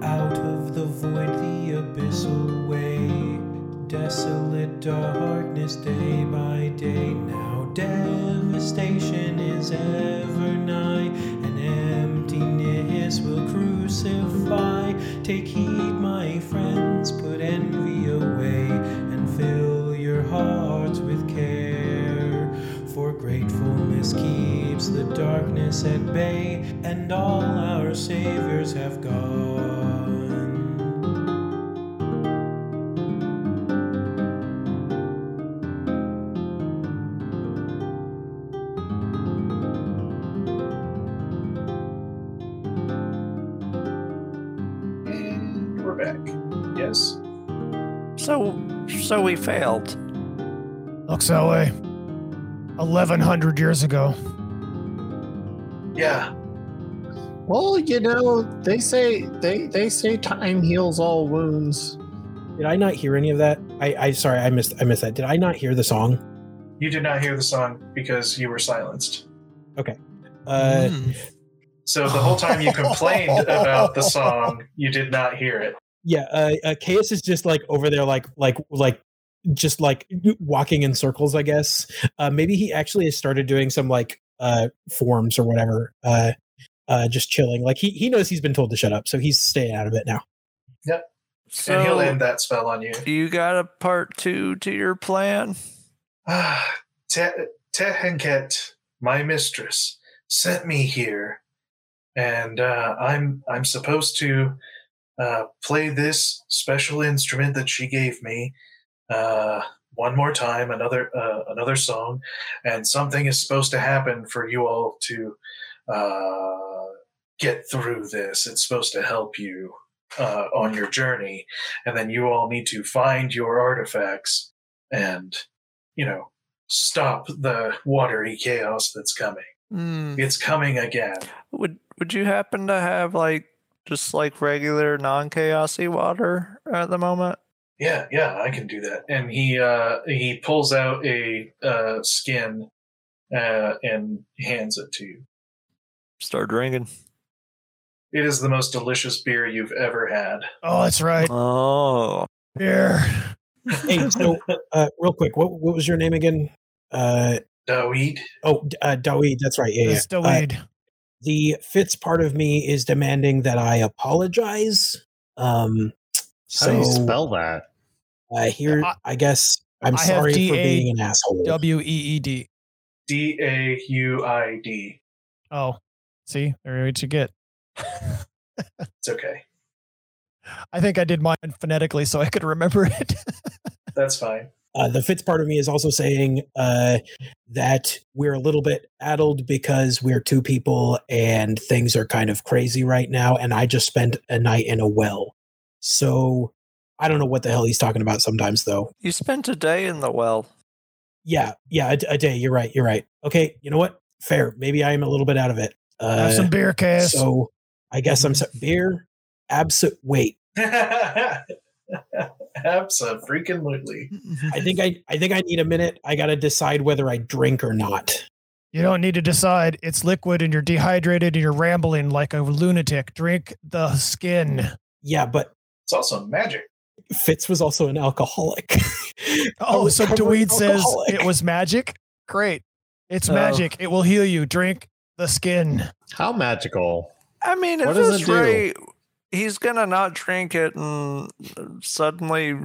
Speaker 7: Out of the void, the abyssal way, desolate darkness day by day. Now devastation is ever nigh, and emptiness will crucify. Take heed, my friends, put envy away, and fill your hearts with care. For gratefulness keeps the darkness at bay, and all our saviors have gone.
Speaker 1: And we're back. Yes.
Speaker 3: So, so we failed.
Speaker 2: Looks that way. 1100 years ago.
Speaker 1: Yeah.
Speaker 5: Well, you know, they say they they say time heals all wounds.
Speaker 4: Did I not hear any of that? I, I sorry, I missed I missed that. Did I not hear the song?
Speaker 1: You did not hear the song because you were silenced.
Speaker 4: Uh,
Speaker 3: Mm.
Speaker 1: So the whole time you complained about the song, you did not hear it.
Speaker 4: yeah, uh, uh, Chaos is just like over there, like like like just like walking in circles. I guess uh, maybe he actually has started doing some like uh, forms or whatever. Uh, uh, just chilling. Like he he knows he's been told to shut up, so he's staying out of it now.
Speaker 1: and he'll end
Speaker 3: So,
Speaker 1: that spell on you.
Speaker 3: you got a part two to your plan?
Speaker 1: Ah, Te- Tehenket, my mistress, sent me here, and uh, I'm I'm supposed to uh, play this special instrument that she gave me uh, one more time, another uh, another song, and something is supposed to happen for you all to uh, get through this. It's supposed to help you. Uh, on your journey, and then you all need to find your artifacts and you know, stop the watery chaos that's coming.
Speaker 3: Hmm.
Speaker 1: It's coming again.
Speaker 3: Would Would you happen to have like just like regular non chaosy water at the moment?
Speaker 1: Yeah, yeah, I can do that. And he uh he pulls out a uh skin uh and hands it to you.
Speaker 3: Start drinking.
Speaker 1: It is the most delicious beer you've ever had.
Speaker 2: Oh, that's right.
Speaker 3: Oh,
Speaker 2: Here.
Speaker 4: Hey, so uh, real quick, what what was your name again? Uh,
Speaker 1: Dawid,
Speaker 4: oh, D- uh, Dawid. That's right. Yeah, yeah.
Speaker 2: It's the
Speaker 4: Uh,
Speaker 2: weed.
Speaker 4: the Fitz part of me is demanding that I apologize. Um,
Speaker 5: How do
Speaker 4: So-
Speaker 5: you spell that?
Speaker 4: I hear.
Speaker 2: I-
Speaker 4: I, guess I'm
Speaker 2: I have
Speaker 4: sorry for
Speaker 2: DA
Speaker 4: being an asshole.
Speaker 2: W E E D.
Speaker 1: D A U I D.
Speaker 2: Oh, see, there what you get.
Speaker 1: It's okay.
Speaker 2: I think I did mine phonetically so I could remember it.
Speaker 1: That's fine.
Speaker 4: uh, the Fitz part of me is also saying uh, that we're a little bit addled because we're two people and things are kind of crazy right now. And I just spent a night in a well. So I don't know what the hell he's talking about sometimes, though.
Speaker 3: You spent a day in the well.
Speaker 4: Yeah, yeah, a, a day. You're right. You're right. Okay, you know what? Fair. Maybe I am a little bit out of it. Uh,
Speaker 2: Have some beer, Cass.
Speaker 4: so I guess I'm so- beer. Absent. Wait,
Speaker 1: Absolutely.
Speaker 2: Mm-hmm.
Speaker 4: I think I, I think I need a minute. I got to decide whether I drink or not.
Speaker 2: you don't need to decide. It's liquid and you're dehydrated and you're rambling like a lunatic. Drink the skin.
Speaker 4: Yeah, but
Speaker 1: It's also magic.
Speaker 4: Fitz was also an alcoholic. A
Speaker 2: Oh, so
Speaker 4: recovering
Speaker 2: Dweed says
Speaker 4: alcoholic.
Speaker 2: it was magic. Great. It's
Speaker 3: Oh.
Speaker 2: magic. It will heal you. Drink the skin.
Speaker 5: How magical.
Speaker 3: I mean,
Speaker 5: What
Speaker 3: at
Speaker 5: does it
Speaker 3: this
Speaker 5: do?
Speaker 3: rate, he's gonna not drink it and suddenly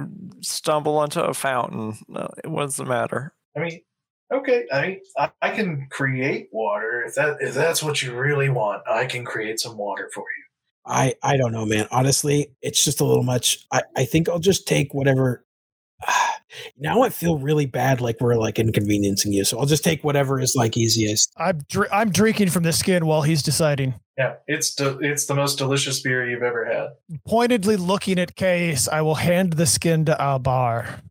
Speaker 3: stumble into a fountain. Uh, What's the matter?
Speaker 1: I mean, okay. I mean, I, I can create water if that if that's what you really want. I can create some water for you.
Speaker 4: I I don't know, man. Honestly, it's just a little much. I I think I'll just take whatever. now I feel really bad, like we're like inconveniencing you. So I'll just take whatever is like easiest.
Speaker 2: I'm dr- I'm drinking from the skin while he's deciding.
Speaker 1: Yeah, it's de- it's the most delicious beer you've ever had.
Speaker 2: Pointedly looking at Case, I will hand the skin to Albar.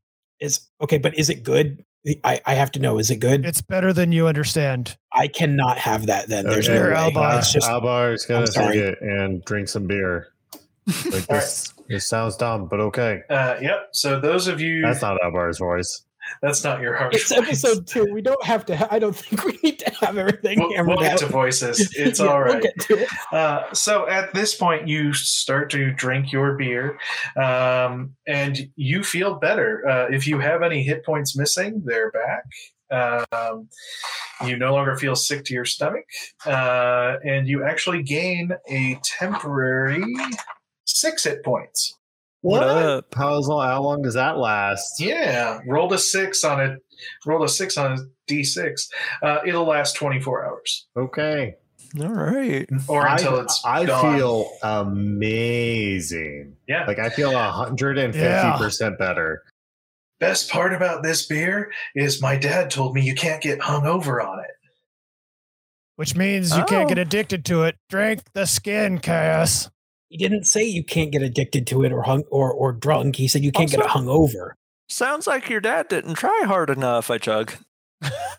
Speaker 4: Is okay, but is it good? I I have to know. Is it good?
Speaker 2: It's better than you understand.
Speaker 4: I cannot have that. Then there's
Speaker 5: Okay.
Speaker 4: no
Speaker 2: Your
Speaker 4: way.
Speaker 2: elbow.
Speaker 4: It's just
Speaker 5: Albar's
Speaker 4: I'm
Speaker 5: gonna take
Speaker 4: sorry.
Speaker 5: it and drink some beer. Like this, this sounds dumb, but okay.
Speaker 1: Uh, yep. So those of you,
Speaker 5: That's not Albar's voice.
Speaker 1: that's not your harsh.
Speaker 6: It's episode two. We don't have to. Ha- I don't think we need to have everything
Speaker 1: We'll,
Speaker 6: hammered
Speaker 1: we'll get
Speaker 6: out.
Speaker 1: to voices. It's
Speaker 6: Yeah,
Speaker 1: all
Speaker 6: we'll
Speaker 1: right.
Speaker 6: get to it.
Speaker 1: Uh, so at this point, you start to drink your beer, um, and you feel better. Uh, if you have any hit points missing, they're back. Um, you no longer feel sick to your stomach, uh, and you actually gain a temporary six hit points.
Speaker 3: What up?
Speaker 5: How's long, how long does that last?
Speaker 1: Yeah, rolled a six on it. Rolled a six on a d six. Uh, it'll last twenty four hours
Speaker 5: Okay.
Speaker 3: All right.
Speaker 1: or until
Speaker 5: I,
Speaker 1: it's.
Speaker 5: I
Speaker 1: gone.
Speaker 5: feel amazing.
Speaker 1: yeah.
Speaker 5: Like I feel hundred and fifty percent better.
Speaker 1: best part about this beer is my dad told me you can't get hung over on it.
Speaker 2: Which means you can't
Speaker 3: Oh.
Speaker 2: get addicted to it. Drink the skin, Cass.
Speaker 4: he didn't say you can't get addicted to it or hung or or drunk. He said you can't get
Speaker 3: Also-
Speaker 4: hung over.
Speaker 3: Sounds like your dad didn't try hard enough. I chug.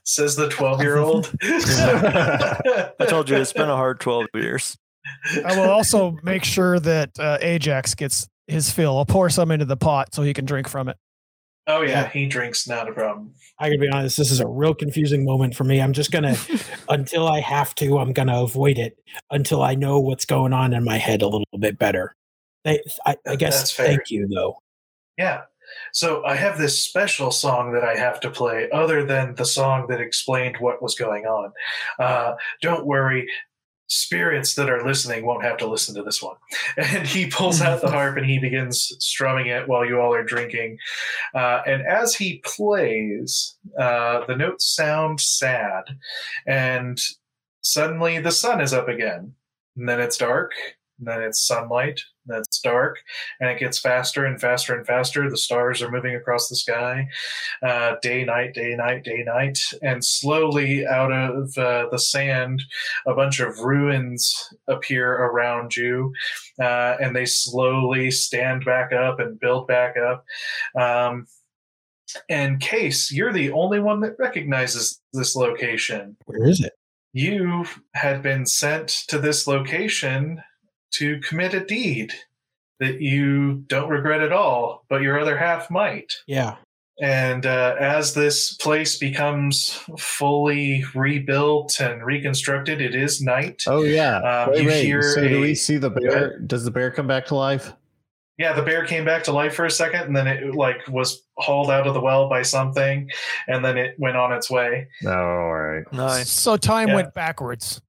Speaker 1: Says the 12 year old.
Speaker 3: I told you it's been a hard twelve years.
Speaker 2: I will also make sure that uh, Ajax gets his fill. I'll pour some into the pot so he can drink from it.
Speaker 1: Oh, yeah, he drinks, not a problem.
Speaker 4: I gotta be honest, this is a real confusing moment for me. I'm just gonna, until I have to, I'm gonna avoid it until I know what's going on in my head a little bit better. I, I, I
Speaker 1: That's
Speaker 4: guess
Speaker 1: fair.
Speaker 4: thank you though.
Speaker 1: Yeah. So I have this special song that I have to play, other than the song that explained what was going on. Uh, don't worry. Spirits that are listening won't have to listen to this one. And he pulls out the harp and he begins strumming it while you all are drinking. Uh, and as he plays, uh, the notes sound sad. And suddenly the sun is up again. And then it's dark. And then it's sunlight. And then it's dark and it gets faster and faster and faster. The stars are moving across the sky, uh, day, night, day, night, day, night, and slowly out of uh, the sand, a bunch of ruins appear around you, uh, and they slowly stand back up and build back up. Um, and Case, you're the only one that recognizes this location
Speaker 4: Where is it?
Speaker 1: you had been sent to this location to commit a deed that you don't regret at all, but your other half might.
Speaker 4: Yeah.
Speaker 1: And uh, as this place becomes fully rebuilt and reconstructed, it is night.
Speaker 5: Oh yeah.
Speaker 1: Um,
Speaker 5: wait,
Speaker 1: you
Speaker 5: wait.
Speaker 1: hear
Speaker 5: so do
Speaker 1: a-
Speaker 5: we see the bear? Does the bear come back to life?
Speaker 1: Yeah, the bear came back to life for a second, and then it like was hauled out of the well by something, and then it went on its way.
Speaker 5: No, all right.
Speaker 3: Nice.
Speaker 2: So time
Speaker 1: Yeah.
Speaker 2: went backwards.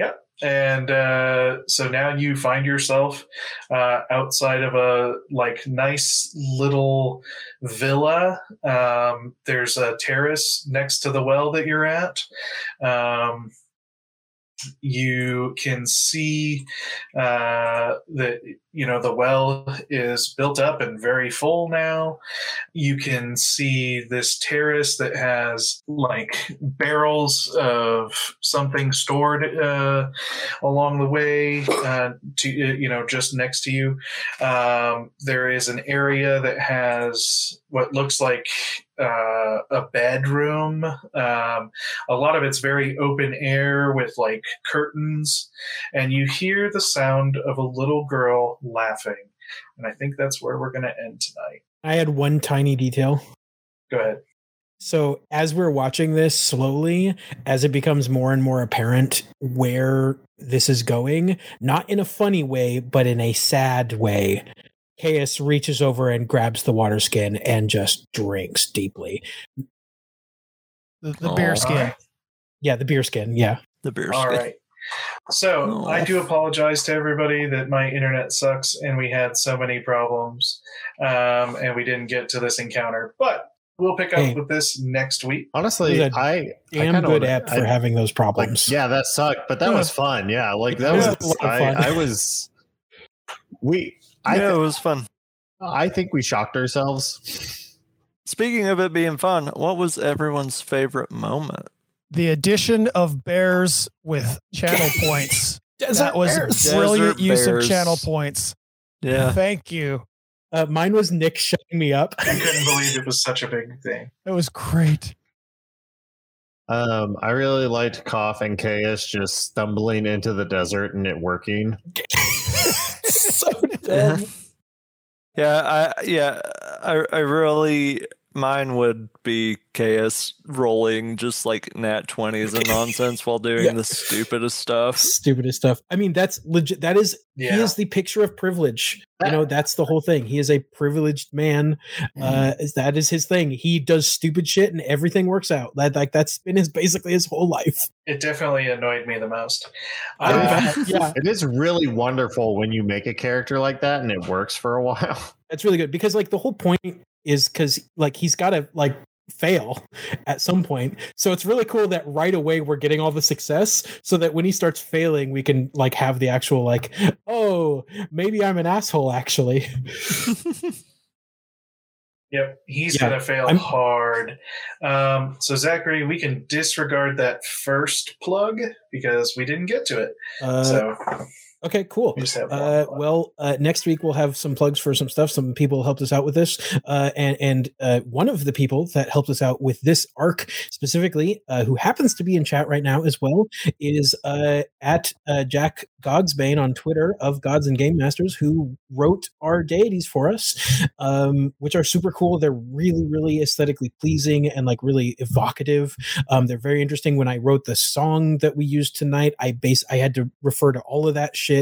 Speaker 1: Yep. and uh, so now you find yourself uh, outside of a like nice little villa um, there's a terrace next to the well that you're at um, you can see uh, that you know the well is built up and very full now you can see this terrace that has like barrels of something stored uh, along the way uh, to you know just next to you um, there is an area that has what looks like uh, a bedroom um, a lot of it's very open air with like curtains and you hear the sound of a little girl laughing and i think that's where we're going to end tonight
Speaker 4: I had one tiny detail.
Speaker 1: go ahead
Speaker 4: So as we're watching this slowly, as it becomes more and more apparent where this is going, not in a funny way, but in a sad way, Chaos reaches over and grabs the water skin and just drinks deeply.
Speaker 2: The, the bear
Speaker 3: Aw.
Speaker 2: skin.
Speaker 4: Yeah, the beer skin. Yeah.
Speaker 3: The beer
Speaker 1: All
Speaker 3: skin.
Speaker 1: right. So
Speaker 3: Oh.
Speaker 1: I do apologize to everybody that my internet sucks and we had so many problems um, and we didn't get to this encounter, but we'll pick up
Speaker 4: Hey.
Speaker 1: with this next week.
Speaker 5: Honestly,
Speaker 4: It was a
Speaker 5: I
Speaker 4: Damn
Speaker 5: kinda
Speaker 4: good
Speaker 5: wanna-
Speaker 4: app for
Speaker 5: I-
Speaker 4: having those
Speaker 5: like
Speaker 4: problems.
Speaker 5: yeah, that sucked, but that was fun. Yeah, like that
Speaker 4: Yeah,
Speaker 5: was
Speaker 4: a lot of fun.
Speaker 5: I, I was we I
Speaker 3: I know
Speaker 5: th-
Speaker 3: it was fun.
Speaker 5: I think we shocked ourselves.
Speaker 3: Speaking of it being fun, what was everyone's favorite moment?
Speaker 2: The addition of bears with channel points. that was
Speaker 3: bears.
Speaker 2: brilliant
Speaker 3: Desert
Speaker 2: use
Speaker 3: bears.
Speaker 2: of channel points.
Speaker 3: Yeah.
Speaker 2: Thank you.
Speaker 4: Uh, mine was Nick shutting me up.
Speaker 1: I couldn't believe it was such a big thing.
Speaker 2: That was great.
Speaker 5: Um, I really liked Cough and Chaos just stumbling into the desert and it working.
Speaker 6: so
Speaker 3: Yeah.
Speaker 6: dumb.
Speaker 3: Yeah, I yeah, I I really mine would be KS rolling just like nat 20s and nonsense while doing
Speaker 4: Yeah.
Speaker 3: the stupidest stuff.
Speaker 4: Stupidest stuff. I mean, that's legit. That is
Speaker 1: Yeah.
Speaker 4: he is the picture of privilege you know that's the whole thing he is a privileged man uh is- that is his thing he does stupid shit and everything works out that like that's been his basically his whole life
Speaker 1: it definitely annoyed me the most.
Speaker 5: I don't
Speaker 1: Uh,
Speaker 5: think
Speaker 4: yeah
Speaker 5: It is really wonderful when you make a character like that and it works for a while.
Speaker 4: that's really good because like the whole point is because like he's got to like fail at some point so it's really cool that right away we're getting all the success so that when he starts failing we can like have the actual like oh maybe i'm an asshole actually
Speaker 1: Yep, he's
Speaker 4: Yeah,
Speaker 1: gonna fail
Speaker 4: I'm-
Speaker 1: hard. Um, so Zachary, we can disregard that first plug because we didn't get to it.
Speaker 4: uh,
Speaker 1: so
Speaker 4: okay cool
Speaker 1: we just have one
Speaker 4: Uh,
Speaker 1: plug.
Speaker 4: well, uh, next week we'll have some plugs for some stuff. Some people helped us out with this, uh, and and uh, one of the people that helped us out with this arc specifically, uh, who happens to be in chat right now as well, is uh, at uh, Jack Godsbane on Twitter of Gods and Game Masters, who wrote our deities for us, um, which are super cool. They're really, really aesthetically pleasing and like really evocative. Um, they're very interesting. When I wrote the song that we used tonight, I base I had to refer to all of that shit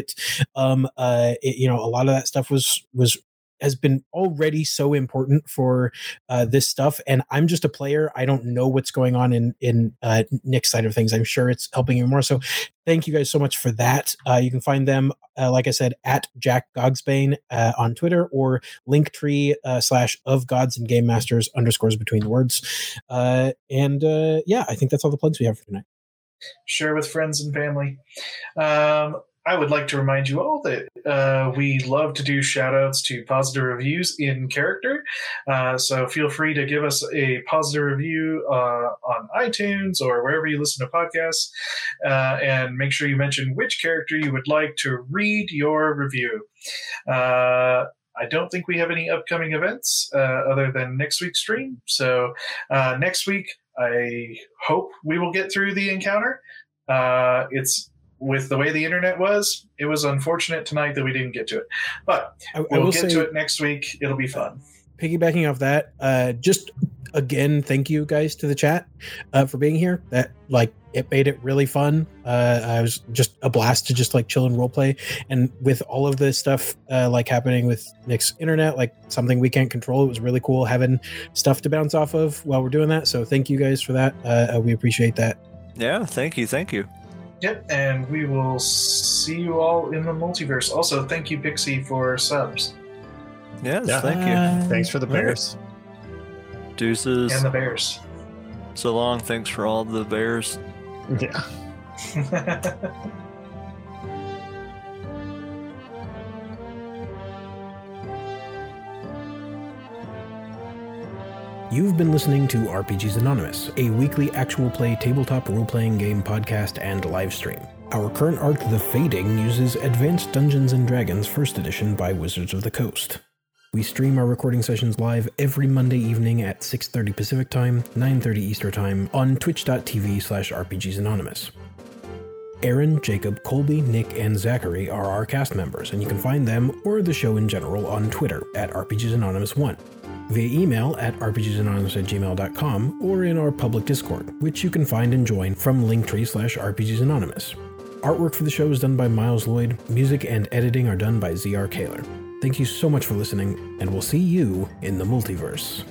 Speaker 4: um uh it- you know a lot of that stuff was was has been already so important for uh, this stuff and i'm just a player i don't know what's going on in in uh, nick's side of things i'm sure it's helping him more so thank you guys so much for that uh, you can find them uh, like i said at jack gogsbane uh, on twitter or linktree uh, slash of gods and game masters underscores between the words uh, and uh, yeah i think that's all the plugs we have for tonight
Speaker 1: share with friends and family. Um, I would like to remind you all that uh, we love to do shout outs to positive reviews in character. Uh, so feel free to give us a positive review uh, on iTunes or wherever you listen to podcasts. Uh, and make sure you mention which character you would like to read your review. Uh, I don't think we have any upcoming events uh, other than next week's stream. So uh, next week, I hope we will get through the encounter uh, it's with the way the internet was, it was unfortunate tonight that we didn't get to it. But
Speaker 4: I, I
Speaker 1: we'll
Speaker 4: will
Speaker 1: get
Speaker 4: say-
Speaker 1: to it next week. It'll be fun.
Speaker 4: piggybacking off that uh just again thank you guys to the chat uh for being here that like it made it really fun uh i was just a blast to just like chill and role play and with all of this stuff uh like happening with nick's internet like something we can't control it was really cool having stuff to bounce off of while we're doing that so thank you guys for that uh uh, we appreciate that
Speaker 3: Yeah, thank you, thank you.
Speaker 1: Yep, and we will see you all in the multiverse. Also, thank you, Pixie, for subs
Speaker 3: Yes,
Speaker 5: Yeah.
Speaker 3: thank you.
Speaker 4: Uh,
Speaker 5: Thanks for the pairs.
Speaker 3: Deuces.
Speaker 1: and the bears.
Speaker 3: so long. Thanks for all the bears.
Speaker 5: Yeah.
Speaker 8: You've been listening to RPGs Anonymous, a weekly actual play tabletop role playing game podcast and live stream. Our current arc, The Fading, uses Advanced Dungeons and Dragons First Edition by Wizards of the Coast. We stream our recording sessions live every Monday evening at 6:30 Pacific Time, 9:30 Eastern Time on twitch.tv slash RPGs Anonymous. Aaron, Jacob, Colby, Nick, and Zachary are our cast members, and you can find them or the show in general on Twitter at RPGs Anonymous 1 via email at rpgsanonymous at gmail.com or in our public Discord, which you can find and join from linktree slash rpgsanonymous. Artwork for the show is done by Miles Lloyd, music and editing are done by ZR Kaler. Thank you so much for listening, and we'll see you in the multiverse.